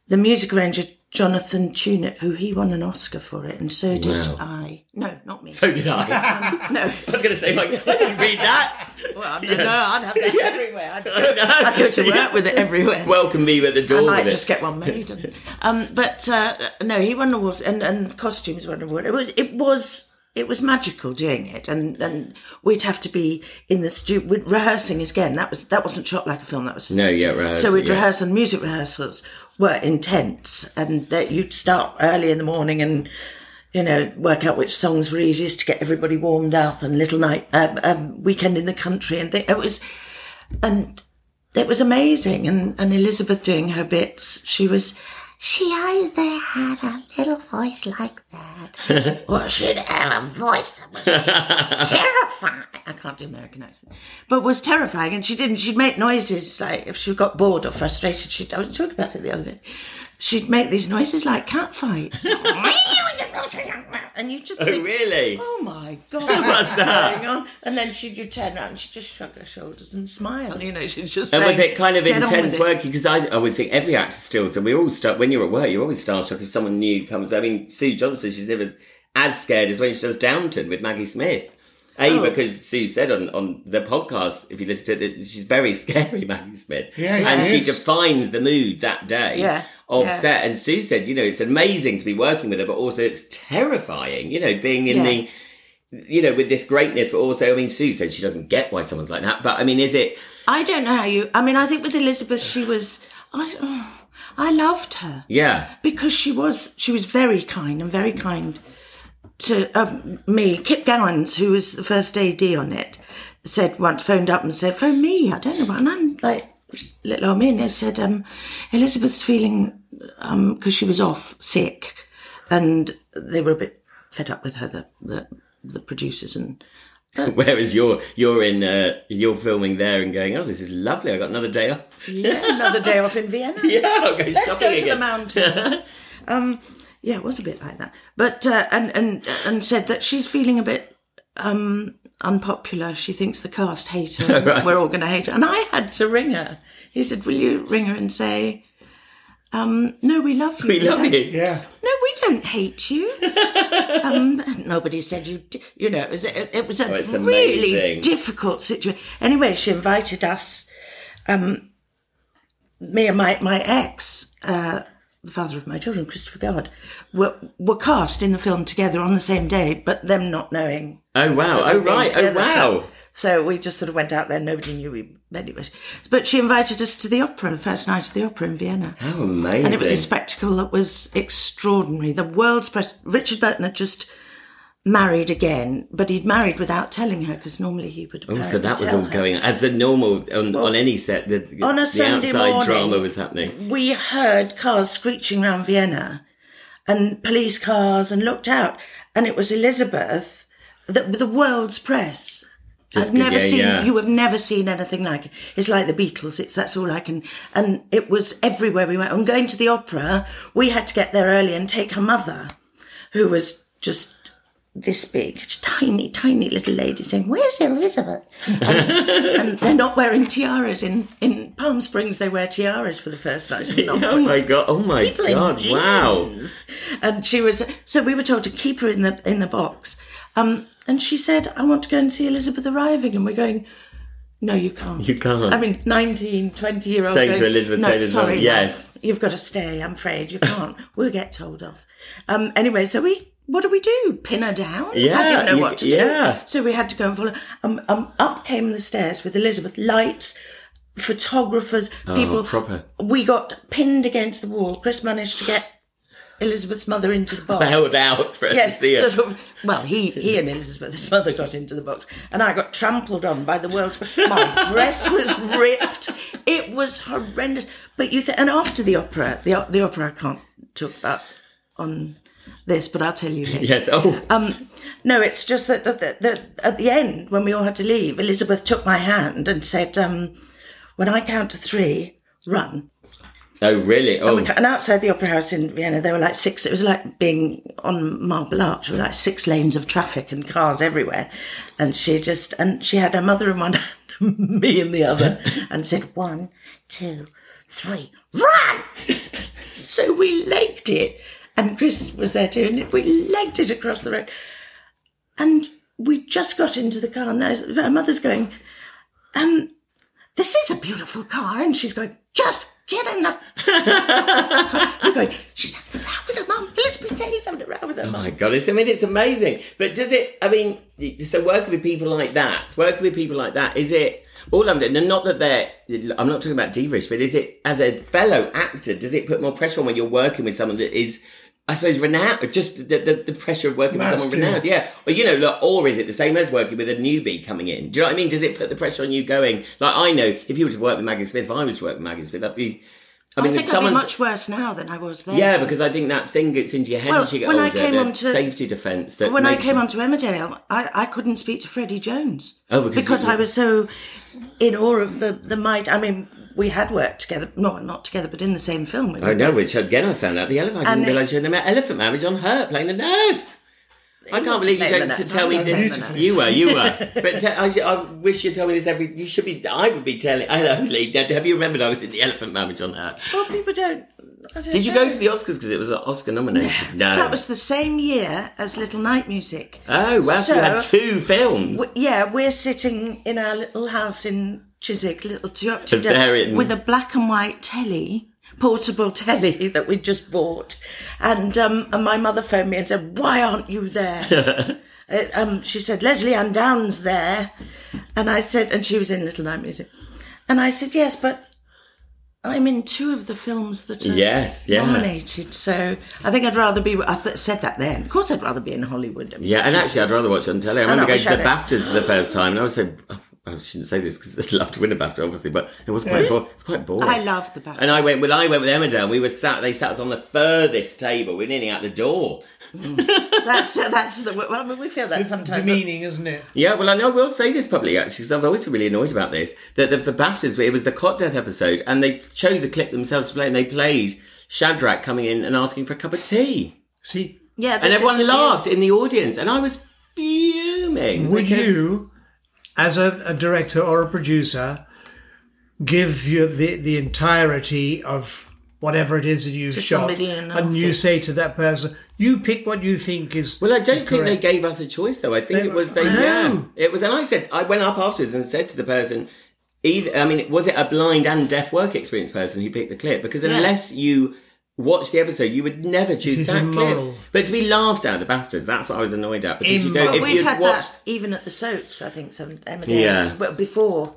Speaker 3: the music arranger Jonathan Tunett, who he won an Oscar for it, and so did
Speaker 1: Wow.
Speaker 3: I. No, not me.
Speaker 1: So did I.
Speaker 3: no.
Speaker 1: I was going to say, like, I didn't read that.
Speaker 3: Well, no, no, I'd have that everywhere. I'd, I'd go to work with it everywhere.
Speaker 1: Welcome me at the door.
Speaker 3: I might
Speaker 1: with it.
Speaker 3: just get one made. And, um, but uh, no, he won awards and, and costumes won award. It was it was it was magical doing it, and, and we'd have to be in the studio we'd rehearsing again. That was that wasn't shot like a film. That was
Speaker 1: No, yeah, rehearsal,
Speaker 3: So we'd
Speaker 1: yeah.
Speaker 3: rehearse, and music rehearsals were intense, and that you'd start early in the morning and. You know, work out which songs were easiest to get everybody warmed up, and little night, um, um, weekend in the country, and thi- it was, and it was amazing. And, and Elizabeth doing her bits, she was, she either had a little voice like that, or she'd have a voice that was terrifying. I can't do American accent, but was terrifying. And she didn't, she'd make noises like if she got bored or frustrated, she'd, I was talking about it the other day. She'd make these noises like cat fights, and you just
Speaker 1: Oh,
Speaker 3: think,
Speaker 1: really?
Speaker 3: Oh my god, what's going on? And then she'd you turn around and she'd just shrug her shoulders and smile. You know, she'd just.
Speaker 1: And
Speaker 3: say,
Speaker 1: was it kind of
Speaker 3: "Get on with
Speaker 1: intense
Speaker 3: it."
Speaker 1: working? Because I always think every actor still, so we're all stuck. When you're at work, you're always starstruck if someone new comes. I mean, Sue Johnson, she's never as scared as when she does Downton with Maggie Smith. A,
Speaker 3: Oh.
Speaker 1: because Sue said on, on the podcast, if you listen to it, that she's very scary, Maggie Smith.
Speaker 2: Yeah, she
Speaker 1: and she
Speaker 2: is.
Speaker 1: defines the mood that day
Speaker 3: Yeah,
Speaker 1: of
Speaker 3: yeah.
Speaker 1: set. And Sue said, you know, it's amazing to be working with her, but also it's terrifying, you know, being in
Speaker 3: Yeah.
Speaker 1: the you know, with this greatness, but also, I mean, Sue said she doesn't get why someone's like that. But I mean, is it
Speaker 3: I don't know how you. I mean, I think with Elizabeth, she was. I, oh, I loved her
Speaker 1: Yeah.
Speaker 3: because she was. She was very kind and very kind to um, me. Kip Gowans, who was the first AD on it, said once phoned up and said, "Phone me. I don't know." what-" And I'm like, little old me, and they said, um, "Elizabeth's feeling um 'cause because she was off sick." and they were a bit fed up with her, the the, the producers, and
Speaker 1: Whereas you're you're in uh, you're filming there and going, oh, this is lovely. I got another day off.
Speaker 3: yeah, another day off in Vienna.
Speaker 1: Yeah, I'll go
Speaker 3: Let's
Speaker 1: shopping
Speaker 3: go to
Speaker 1: again.
Speaker 3: the mountains. um, yeah, it was a bit like that, but uh, and and and said that she's feeling a bit um, unpopular. She thinks the cast hate her. We're all going to hate her. And I had to ring her. He said, "Will you ring her and say, um, no, we love you.
Speaker 1: We love
Speaker 3: don't-
Speaker 1: you.
Speaker 2: Yeah.
Speaker 3: No, we don't hate you. um, nobody said you. Di- you know, it was a, it was a
Speaker 1: Oh, it's
Speaker 3: really
Speaker 1: amazing.
Speaker 3: difficult situation. Anyway, she invited us, um, me and my my ex, uh, the father of my children, Christopher Guard, were were cast in the film together on the same day, but them not knowing.
Speaker 1: Oh wow!
Speaker 3: that
Speaker 1: Oh
Speaker 3: we'd been
Speaker 1: right! Oh
Speaker 3: together
Speaker 1: wow!
Speaker 3: for- So we just sort of went out there. Nobody knew we anyway. But she invited us to the opera, the first night of the opera in Vienna.
Speaker 1: How amazing!
Speaker 3: And it was a spectacle that was extraordinary. The world's best. Richard Burton had just married again, but he'd married without telling her because normally he would.
Speaker 1: Oh, so
Speaker 3: apparently
Speaker 1: that was
Speaker 3: tell
Speaker 1: all
Speaker 3: her.
Speaker 1: going as the normal on, on any set. The,
Speaker 3: on a
Speaker 1: the
Speaker 3: Sunday
Speaker 1: outside
Speaker 3: morning-
Speaker 1: drama was happening.
Speaker 3: We heard cars screeching round Vienna, and police cars, and looked out, and it was Elizabeth, the, the world's press.
Speaker 1: Just
Speaker 3: I've never
Speaker 1: again,
Speaker 3: seen
Speaker 1: yeah.
Speaker 3: you have never seen anything like it. It's like the Beatles. It's that's all I can. And it was everywhere we went. And going to the opera, we had to get there early and take her mother, who was just this big, tiny, tiny little lady, saying, "Where's Elizabeth?" And, and they're not wearing tiaras in in Palm Springs. They wear tiaras for the first night of an opera
Speaker 1: Oh my god! Oh my
Speaker 3: people
Speaker 1: god!
Speaker 3: in jeans.
Speaker 1: Wow!
Speaker 3: And she was so we were told to keep her in the in the box. Um, and she said, "I want to go and see Elizabeth arriving." And we're going, "No, you can't.
Speaker 1: You can't.
Speaker 3: I mean, 19, 20 year old.
Speaker 1: Saying to Elizabeth
Speaker 3: no,
Speaker 1: Taylor's
Speaker 3: sorry,
Speaker 1: mum,
Speaker 3: love,
Speaker 1: yes."
Speaker 3: you've got to stay. I'm afraid you can't. we'll get told off. Um, anyway, so we. What do we do? Pin her down? I
Speaker 1: Yeah,
Speaker 3: didn't know
Speaker 1: you-
Speaker 3: what to
Speaker 1: yeah.
Speaker 3: do. So we had to go and follow. Um, um, up came the stairs with Elizabeth, lights, photographers, people.
Speaker 1: proper.
Speaker 3: We got pinned against the wall. Chris managed to get Elizabeth's mother into the box.
Speaker 1: Bowed out for us
Speaker 3: Yes,
Speaker 1: to see her.
Speaker 3: sort of. Well, he he and Elizabeth's mother got into the box, and I got trampled on by the world's. My dress was ripped. It was horrendous. But you th- and after the opera, the o- the opera I can't talk about on this, but I'll tell you later.
Speaker 1: Yes. Oh.
Speaker 3: Um, No, it's just that, that, that, that at the end, when we all had to leave, Elizabeth took my hand and said, um, "When I count to three, run."
Speaker 1: oh really? Oh.
Speaker 3: And outside the opera house in Vienna, there were like six. It was like being on Marble Arch. There were like six lanes of traffic and cars everywhere. And she just and she had her mother in one hand, me in the other, and said one, two, three, run. so we legged it, and Chris was there too, and we legged it across the road. And we just got into the car, and there's, her mother's going, um, this is a beautiful car. And she's going, just get in the I'm going, she's having a row with her mum. Elizabeth Taylor's having a row with her
Speaker 1: Oh
Speaker 3: mum.
Speaker 1: my god! It's, I mean, it's amazing. But does it? I mean, so working with people like that, working with people like that, is it? All I'm doing, and not that they're. I'm not talking about divish, but is it as a fellow actor? Does it put more pressure on when you're working with someone that is, I suppose, renowned? or Just the, the, the pressure of working with someone
Speaker 2: Masculine.
Speaker 1: renowned, yeah. Or you know, like, or is it the same as working with a newbie coming in? Do you know what I mean? Does it put the pressure on you going? Like I know, if you were to work with Maggie Smith, if I was to work with Maggie Smith, that'd be. I mean,
Speaker 3: I
Speaker 1: if
Speaker 3: think I'd be
Speaker 1: someone's
Speaker 3: much worse now than I was then.
Speaker 1: yeah, because I think that thing gets into your head
Speaker 3: Oh. Well,
Speaker 1: as you get
Speaker 3: when I
Speaker 1: older.
Speaker 3: came
Speaker 1: the
Speaker 3: onto-
Speaker 1: safety defence that
Speaker 3: when I
Speaker 1: makes
Speaker 3: came
Speaker 1: you-
Speaker 3: onto Emmerdale, I, I couldn't speak to Freddie Jones
Speaker 1: Oh, because you-
Speaker 3: I was so in awe of the the might. I mean, we had worked together, no, not together, but in the same film. We
Speaker 1: I
Speaker 3: were
Speaker 1: know, which again I found out the elephant. I didn't
Speaker 3: And it-
Speaker 1: realise you had the elephant marriage on her playing the nurse. I can't
Speaker 3: wasn't
Speaker 1: believe you
Speaker 3: playing
Speaker 1: don't
Speaker 3: the
Speaker 1: s-
Speaker 3: nurse,
Speaker 1: tell
Speaker 3: I
Speaker 1: me
Speaker 3: was playing
Speaker 1: this.
Speaker 3: the nurse.
Speaker 1: You were, you were. But te- I, I wish you'd tell me this every. You should be. I would be telling. I know, Lee. Now, Have you remembered I was at the elephant marriage on her?
Speaker 3: Well, people don't. I don't
Speaker 1: Did you
Speaker 3: know.
Speaker 1: go to the Oscars because it was an Oscar nomination? No.
Speaker 3: That was the same year as Little Night Music.
Speaker 1: Oh, well, so you had
Speaker 3: So-
Speaker 1: two films.
Speaker 3: W- yeah, we're sitting in our little house in Chiswick, little two up two
Speaker 1: As they're in-
Speaker 3: with a black and white telly, portable telly that we just bought, and um, and my mother phoned me and said, "Why aren't you there?" Uh, um, she said, "Leslie Ann Down's there," and I said, and she was in Little Night Music, and I said, "Yes, but." I'm in two of the films that are
Speaker 1: Yes, yeah.
Speaker 3: nominated, so I think I'd rather be. I th- said that then. Of course, I'd rather be in Hollywood. I'm
Speaker 1: Yeah, and
Speaker 3: stupid.
Speaker 1: actually, I'd rather watch it on telly. I remember
Speaker 3: I
Speaker 1: going
Speaker 3: wish
Speaker 1: to the
Speaker 3: I
Speaker 1: BAFTAs for the first time, and I was so. oh, I shouldn't say this because I'd love to win a BAFTA, obviously, but it was quite bo- it's quite boring.
Speaker 3: I love the BAFTAs.
Speaker 1: And I went. Well, I went with Emmerdale. and We were sat. They sat us on the furthest table. We were nearly out the door.
Speaker 3: That's that's the. Well, I mean, we feel that sometimes.
Speaker 2: Demeaning, isn't it?
Speaker 1: Yeah, well, I know I will say this publicly actually because I've always been really annoyed about this. That the, the BAFTAs, it was the Cot Death episode, and they chose a clip themselves to play, and they played Shadrach coming in and asking for a cup of tea,
Speaker 2: See,
Speaker 3: yeah,
Speaker 1: and
Speaker 3: this
Speaker 1: everyone
Speaker 3: is-
Speaker 1: laughed in the audience, and I was fuming. timing.
Speaker 2: Would
Speaker 1: because-
Speaker 2: you, as a, a director or a producer, give you the, the entirety of whatever it is that you've
Speaker 3: To
Speaker 2: shot,
Speaker 3: somebody in
Speaker 2: and
Speaker 3: an
Speaker 2: you
Speaker 3: office.
Speaker 2: say to that person, "You pick what you think is."
Speaker 1: Well, I don't
Speaker 2: is
Speaker 1: think they
Speaker 2: correct."
Speaker 1: gave us a choice though. I think
Speaker 2: They-
Speaker 1: it was they.
Speaker 2: No.
Speaker 1: Yeah, it was. And I said I went up afterwards and said to the person, either I mean, was it a blind and deaf work experience person who picked the clip? Because unless you watch the episode, you would never choose
Speaker 2: is
Speaker 1: that
Speaker 2: immoral.
Speaker 1: clip. But to be laughed at at the Baftas, that's what I was annoyed at because you
Speaker 2: Immoral.
Speaker 1: don't.
Speaker 3: But
Speaker 1: If
Speaker 3: we've
Speaker 1: you'd
Speaker 3: had
Speaker 1: watched.
Speaker 3: that even at the soaps, I think, some Emma
Speaker 1: Yeah.
Speaker 3: But before,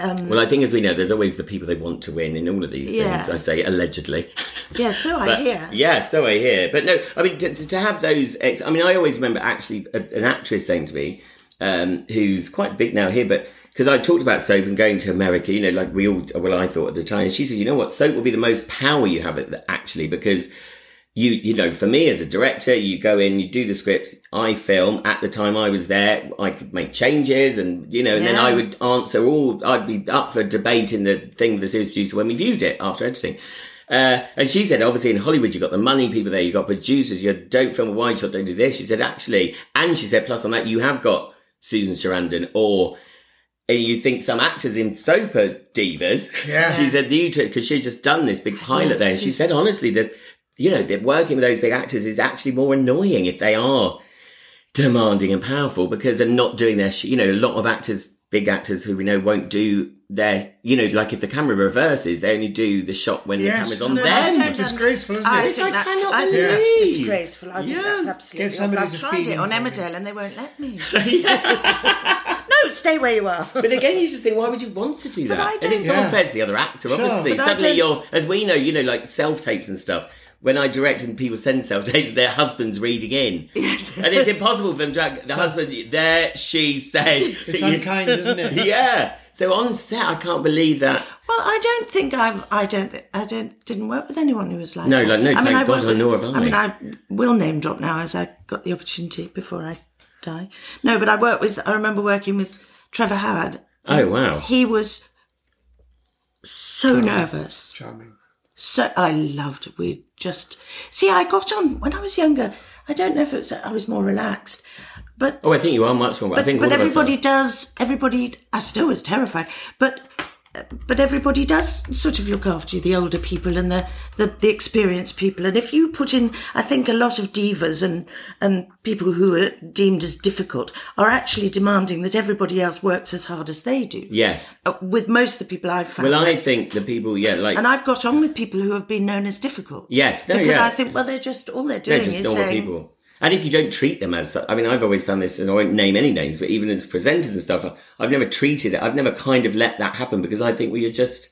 Speaker 1: Well, I think as we know, there's always the people they want to win in all of these
Speaker 3: Yeah.
Speaker 1: things. I say allegedly.
Speaker 3: yeah, so I hear.
Speaker 1: Yeah, so I hear. But no, I mean, to, to have those, ex- I mean, I always remember actually a, an actress saying to me, um, who's quite big now here, but because I talked about soap and going to America, you know, like we all, well, I thought at the time, and she said, you know what, soap will be the most power you have at the, actually, because you, you know, for me as a director, you go in, you do the scripts, I film. At the time I was there, I could make changes and, you know, and then
Speaker 3: Yeah.
Speaker 1: I would answer all, I'd be up for debate in the thing with the series producer when we viewed it after editing. Uh, and she said, obviously in Hollywood, you've got the money people there, you've got producers, you don't film a wide shot, don't do this. She said, actually, and she said, plus on that, you have got Susan Sarandon or and you think some actors in soap are divas.
Speaker 2: Yeah.
Speaker 1: She said, the two, because she'd just done this big pilot there. And she said,
Speaker 3: Jesus.
Speaker 1: honestly, that, you know, that working with those big actors is actually more annoying if they are demanding and powerful because they're not doing their, sh- you know, a lot of actors, big actors who we know won't do their, you know, like if the camera reverses, they only do the shot when
Speaker 2: Yes,
Speaker 1: the camera's on
Speaker 2: no,
Speaker 3: I
Speaker 1: them.
Speaker 3: don't
Speaker 2: It's disgraceful, isn't
Speaker 3: I
Speaker 2: it?
Speaker 3: think
Speaker 1: Which I
Speaker 3: that's,
Speaker 1: cannot
Speaker 3: I think that's
Speaker 1: believe.
Speaker 3: disgraceful. I think
Speaker 1: Yeah.
Speaker 3: that's
Speaker 2: Get
Speaker 3: absolutely. awful.
Speaker 2: somebody
Speaker 3: I've
Speaker 2: to
Speaker 3: tried
Speaker 2: feed
Speaker 3: it
Speaker 2: him
Speaker 3: on
Speaker 2: for me.
Speaker 3: Emmerdale and they won't let me. no, stay where you are.
Speaker 1: But again, you just think, why would you want to do that?
Speaker 3: I
Speaker 1: and
Speaker 3: don't-
Speaker 1: it's
Speaker 2: Yeah.
Speaker 1: unfair to the other actor, obviously.
Speaker 3: But I
Speaker 1: Suddenly
Speaker 3: don't-
Speaker 1: you're, as we know, you know, like self tapes and stuff. When I direct and people send self tapes, their husband's reading in. Yes. And it's impossible for them to, the husband, there she said.
Speaker 2: It's unkind, isn't it?
Speaker 1: yeah. So on set, I can't believe that.
Speaker 3: Well, I don't think I've. I don't. thi- I don't. Didn't work with anyone who was like.
Speaker 1: No,
Speaker 3: that.
Speaker 1: like, no,
Speaker 3: I
Speaker 1: thank
Speaker 3: I
Speaker 1: God,
Speaker 3: worked with-
Speaker 1: nor have I.
Speaker 3: I mean, I will name drop now as I got the opportunity before I die. No, but I worked with. I remember working with Trevor Howard.
Speaker 1: Oh, wow.
Speaker 3: He was so nervous.
Speaker 2: Charming.
Speaker 3: So I loved. We just see. I got on when I was younger. I don't know if it was. I was more relaxed, but
Speaker 1: Oh, I think you are much more. I
Speaker 3: but,
Speaker 1: think
Speaker 3: but
Speaker 1: all
Speaker 3: everybody
Speaker 1: of us
Speaker 3: does. Everybody. I still was terrified, but but everybody does sort of look after you, the older people and the, the the experienced people. And if you put in, I think a lot of divas and and people who are deemed as difficult are actually demanding that everybody else works as hard as they do.
Speaker 1: are. Yes.
Speaker 3: Uh, With most of the people I've found.
Speaker 1: Well, I think the people, yeah, like.
Speaker 3: and I've got on with people who have been known as difficult.
Speaker 1: Yes, no,
Speaker 3: because
Speaker 1: yeah.
Speaker 3: I think well, they're just all they're
Speaker 1: They're
Speaker 3: doing
Speaker 1: just
Speaker 3: is
Speaker 1: normal
Speaker 3: saying,
Speaker 1: people. And if you don't treat them as, I mean, I've always found this, and I won't name any names, but even as presenters and stuff, I've never treated it. I've never kind of let that happen because I think, well, you're just,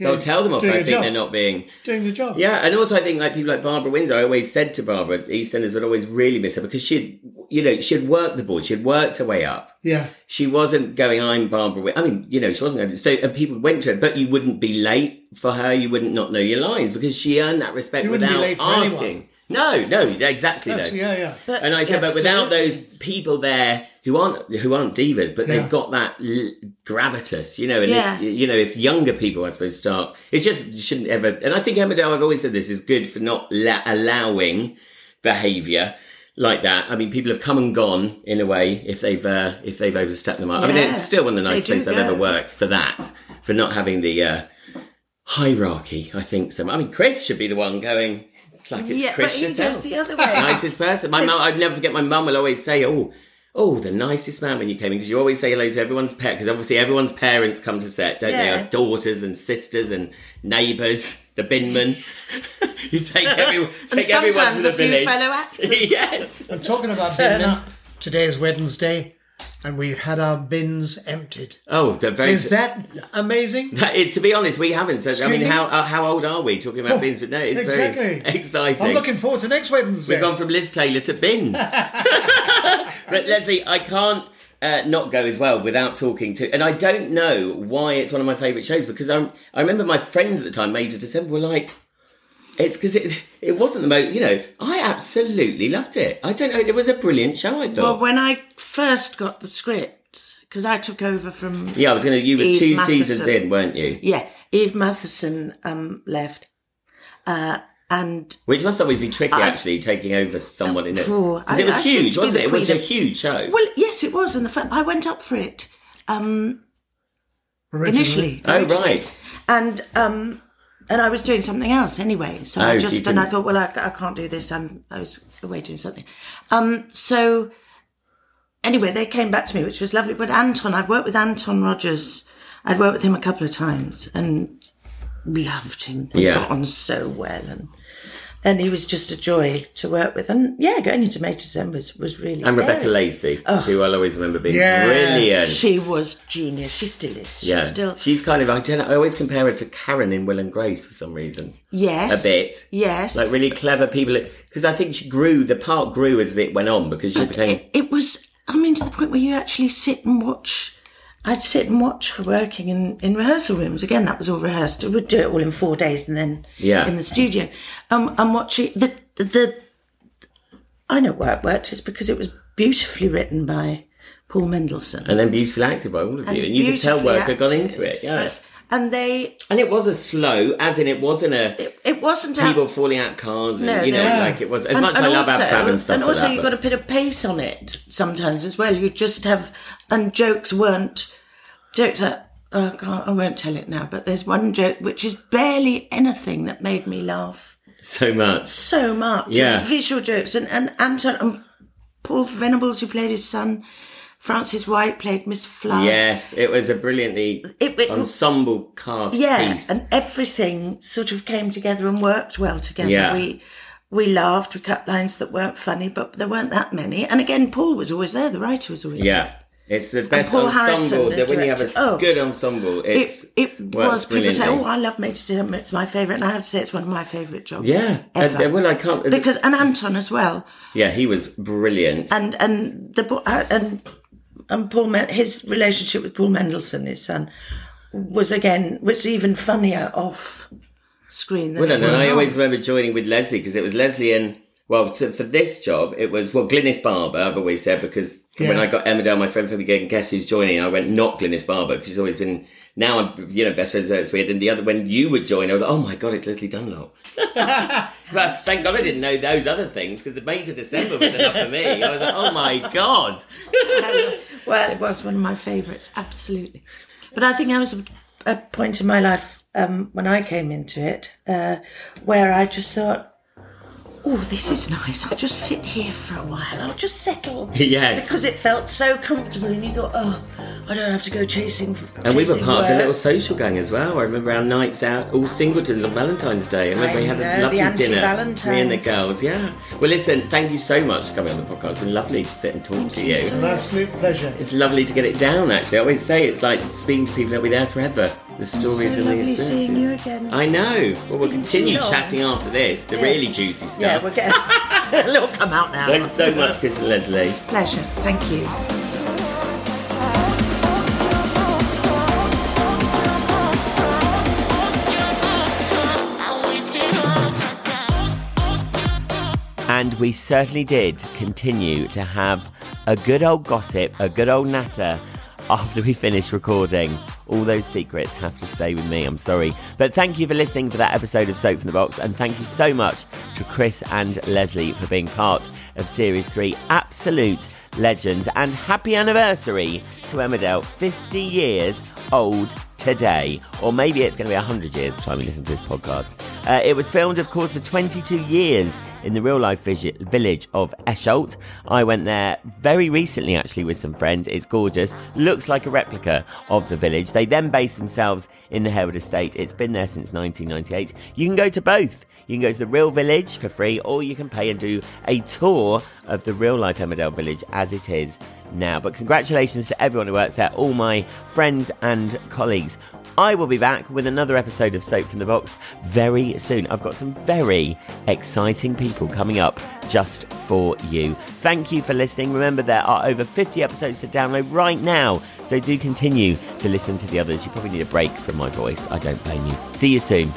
Speaker 1: so I'll tell them off.
Speaker 2: doing
Speaker 1: I
Speaker 2: your
Speaker 1: think
Speaker 2: job.
Speaker 1: they're not being.
Speaker 2: Doing the job.
Speaker 1: Yeah, and also I think like people like Barbara Windsor, I always said to Barbara, EastEnders would always really miss her because she'd, you know, she'd worked the board, she'd worked her way up.
Speaker 2: Yeah.
Speaker 1: She wasn't going, I'm Barbara Win-" I mean, you know, she wasn't going to. So and people went to her, but you wouldn't be late for her. You wouldn't not know your lines because she earned that respect
Speaker 2: You wouldn't
Speaker 1: without
Speaker 2: be late for anyone.
Speaker 1: asking. No, no, exactly.
Speaker 2: That's,
Speaker 1: no.
Speaker 2: yeah, yeah.
Speaker 1: And I said, but without those people there who aren't who aren't divas, but
Speaker 2: Yeah.
Speaker 1: they've got that l- gravitas, you know. And
Speaker 3: Yeah.
Speaker 1: if, you know, if younger people, I suppose, start, it's just you shouldn't ever. And I think Emmerdale, I've always said this is good for not la- allowing behaviour like that. I mean, people have come and gone in a way if they've uh, if they've overstepped them. I mean,
Speaker 3: Yeah.
Speaker 1: it's still one of the
Speaker 3: They
Speaker 1: nicest
Speaker 3: do
Speaker 1: places I've
Speaker 3: go.
Speaker 1: ever worked for that, for not having the uh, hierarchy. I think so. I mean, Chris should be the one going. Like it's
Speaker 3: yeah, but
Speaker 1: Chris
Speaker 3: he
Speaker 1: Chattel
Speaker 3: goes the other way.
Speaker 1: nicest person. My mum, I'd never forget. My mum will always say, "Oh, oh, the nicest man when you came in," because you always say hello to everyone's pet. Because obviously, everyone's parents come to set, don't they?
Speaker 3: Yeah.
Speaker 1: Our daughters and sisters and neighbours, the binman. you take everyone,
Speaker 3: and
Speaker 1: take everyone to
Speaker 3: sometimes
Speaker 1: the
Speaker 3: a few
Speaker 1: village.
Speaker 3: fellow actors.
Speaker 1: yes.
Speaker 2: I'm talking about dinner. Today is Wednesday, and we've had our bins emptied.
Speaker 1: Oh, they're very.
Speaker 2: Is that amazing?
Speaker 1: It- to be honest, we haven't. So, I mean,
Speaker 2: me?
Speaker 1: how uh, how old are we talking about bins? But no, it's very
Speaker 2: Oh, exactly.
Speaker 1: exciting.
Speaker 2: I'm looking forward to next Wednesday.
Speaker 1: We've gone from Liz Taylor to bins. but Leslie, I can't uh, not go as well without talking to, and I don't know why it's one of my favourite shows because I'm, I remember my friends at the time, Major December, were like, it's because it it wasn't the most, you know, I absolutely loved it. I don't know, it was a brilliant show. I thought.
Speaker 3: Well, when I first got the script, because I took over from
Speaker 1: yeah, I was going to. You were
Speaker 3: Eve
Speaker 1: two
Speaker 3: Matheson.
Speaker 1: seasons in, weren't you?
Speaker 3: yeah, Eve Matheson um, left, uh, and
Speaker 1: Which must always be tricky,
Speaker 3: I-
Speaker 1: actually, taking over someone in it.
Speaker 3: Oh,
Speaker 1: Because it
Speaker 3: I-
Speaker 1: was
Speaker 3: I seem
Speaker 1: huge,
Speaker 3: to be
Speaker 1: wasn't
Speaker 3: the
Speaker 1: it? It was a
Speaker 3: queen of-
Speaker 1: huge show.
Speaker 3: well, yes, it was, and the fact I went up for it um,
Speaker 2: Originally.
Speaker 3: initially,
Speaker 1: oh, right.
Speaker 3: and um, and I was doing something else anyway. So
Speaker 1: Oh,
Speaker 3: I
Speaker 1: so
Speaker 3: just
Speaker 1: you
Speaker 3: and I
Speaker 1: couldn't-
Speaker 3: thought, well, I, I can't do this. I'm I was away doing something. Um, so anyway, they came back to me, which was lovely. But Anton, I've worked with Anton Rogers. I'd worked with him a couple of times and loved him. He
Speaker 1: Yeah.
Speaker 3: got on so well, and and he was just a joy to work with. And yeah, going into Mater's Zen was was really.
Speaker 1: And
Speaker 3: scary.
Speaker 1: Rebecca Lacey,
Speaker 3: Oh.
Speaker 1: who I'll always remember being
Speaker 2: Yeah.
Speaker 1: brilliant.
Speaker 3: She was genius. She still is. She's
Speaker 1: yeah.
Speaker 3: still
Speaker 1: She's kind of, I don't know, I always compare her to Karen in Will and Grace for some reason.
Speaker 3: yes
Speaker 1: A bit.
Speaker 3: yes.
Speaker 1: Like really clever people. Because I think she grew, the part grew as it went on because she became.
Speaker 3: it, it was i mean to the point where you actually sit and watch i'd sit and watch her working in, in rehearsal rooms again that was all rehearsed we'd do it all in four days and then
Speaker 1: Yeah.
Speaker 3: in the studio um, and watching the the i know why it worked is because it was beautifully written by paul mendelssohn
Speaker 1: And then beautifully acted by all of you. And you could tell work had
Speaker 3: beautifully
Speaker 1: gone into it,
Speaker 3: acted.
Speaker 1: yeah.
Speaker 3: and they
Speaker 1: And it was a slow, as in it wasn't a
Speaker 3: it, it wasn't a-
Speaker 1: people falling out cars and,
Speaker 3: No,
Speaker 1: you know,
Speaker 3: there was-
Speaker 1: like it was. As
Speaker 3: and-
Speaker 1: much as
Speaker 3: and
Speaker 1: I love
Speaker 3: also-
Speaker 1: Ab Fab and stuff
Speaker 3: And
Speaker 1: like
Speaker 3: also,
Speaker 1: that,
Speaker 3: you
Speaker 1: but-
Speaker 3: got to put a pace on it sometimes as well. You just have, and jokes weren't jokes. Are, oh God, I won't tell it now. But there's one joke which is barely anything that made me laugh
Speaker 1: so much.
Speaker 3: so much.
Speaker 1: Yeah.
Speaker 3: And visual jokes and and Anton and Paul Venables who played his son. Francis White played Miss Flood.
Speaker 1: Yes, it was a brilliantly
Speaker 3: It- it-
Speaker 1: ensemble cast
Speaker 3: yeah,
Speaker 1: piece.
Speaker 3: and everything sort of came together and worked well together.
Speaker 1: Yeah.
Speaker 3: We we laughed, we cut lines that weren't funny, but there weren't that many. And again, Paul was always there. The writer was always there.
Speaker 1: yeah, it's the best
Speaker 3: Paul Harrison,
Speaker 1: ensemble.
Speaker 3: the
Speaker 1: that when you have a
Speaker 3: director. Oh.
Speaker 1: good ensemble, it's,
Speaker 3: It, it
Speaker 1: works
Speaker 3: was. People say,
Speaker 1: brilliantly.
Speaker 3: "Oh, I love Major Tim. It's my favorite," and I have to say, it's one of my favorite jobs.
Speaker 1: yeah."
Speaker 3: ever.
Speaker 1: And- uh, well, I can't
Speaker 3: because and Anton as well,
Speaker 1: yeah, he was brilliant.
Speaker 3: and and the bo- uh, and and Paul Men- his relationship with Paul Mendelssohn, his son, was again was even funnier off screen. Than
Speaker 1: Well,
Speaker 3: it
Speaker 1: and
Speaker 3: was
Speaker 1: I
Speaker 3: on.
Speaker 1: always remember joining with Leslie because it was Leslie and well, so for this job it was well Glynis Barber. I've always said because when
Speaker 2: Yeah.
Speaker 1: I got Emmerdale, my friend from again, guess who's joining? I went not Glynis Barber because she's always been now I'm you know best friends. so It's weird. And the other when you would join, I was like, oh my god, it's Leslie Dunlop. But thank God I didn't know those other things because the May to December was enough for me. I was like, oh my god.
Speaker 3: Well, it was one of my favourites, absolutely. But I think I was at a point in my life um, when I came into it uh, where I just thought, oh, this is nice. I'll just sit here for a while. I'll just settle.
Speaker 1: Yes.
Speaker 3: Because it felt so comfortable, and you thought, oh, I don't have to go chasing.
Speaker 1: And we were
Speaker 3: chasing
Speaker 1: part of the
Speaker 3: work."
Speaker 1: little social gang as well. I remember our nights out, all singletons on Valentine's Day. I remember
Speaker 3: I
Speaker 1: we had
Speaker 3: know,
Speaker 1: a
Speaker 3: the
Speaker 1: lovely dinner. Me and the
Speaker 3: anti-Valentine's.
Speaker 1: girls, yeah. Well, listen, thank you so much for coming on the podcast. It's been lovely to sit and talk to you.
Speaker 2: An absolute pleasure.
Speaker 1: It's lovely to get it down, actually. I always say it's like speaking to people that'll be there forever. The stories
Speaker 3: so
Speaker 1: and the
Speaker 3: lovely
Speaker 1: experiences.
Speaker 3: seeing you again.
Speaker 1: I know. Well, we'll
Speaker 3: been too
Speaker 1: continue
Speaker 3: long.
Speaker 1: chatting after this, the
Speaker 3: Yes.
Speaker 1: really juicy stuff.
Speaker 3: Yeah, we're getting. It'll come out now.
Speaker 1: Thanks so much, Chris and Leslie.
Speaker 3: Pleasure. Thank you.
Speaker 4: And we certainly did continue to have a good old gossip, a good old natter after we finished recording. All those secrets have to stay with me, I'm sorry. But thank you for listening for that episode of Soap from the Box, and thank you so much to Chris and Leslie for being part of Series 3. Absolute legends, and happy anniversary to Emmerdale, 50 years old today, or maybe it's going to be 100 years by the time you listen to this podcast. Uh, it was filmed, of course, for 22 years in the real life visi- village of Esholt. I went there very recently, actually, with some friends. It's gorgeous, looks like a replica of the village. They then based themselves in the Herald Estate. It's been there since 1998. You can go to both. You can go to the real village for free, or you can pay and do a tour of the real life Emmerdale village as it is now. But congratulations to everyone who works there, all my friends and colleagues. I will be back with another episode of Soap from the Box very soon. I've got some very exciting people coming up just for you. Thank you for listening. Remember, there are over 50 episodes to download right now, so do continue to listen to the others. You probably need a break from my voice. I don't blame you. See you soon.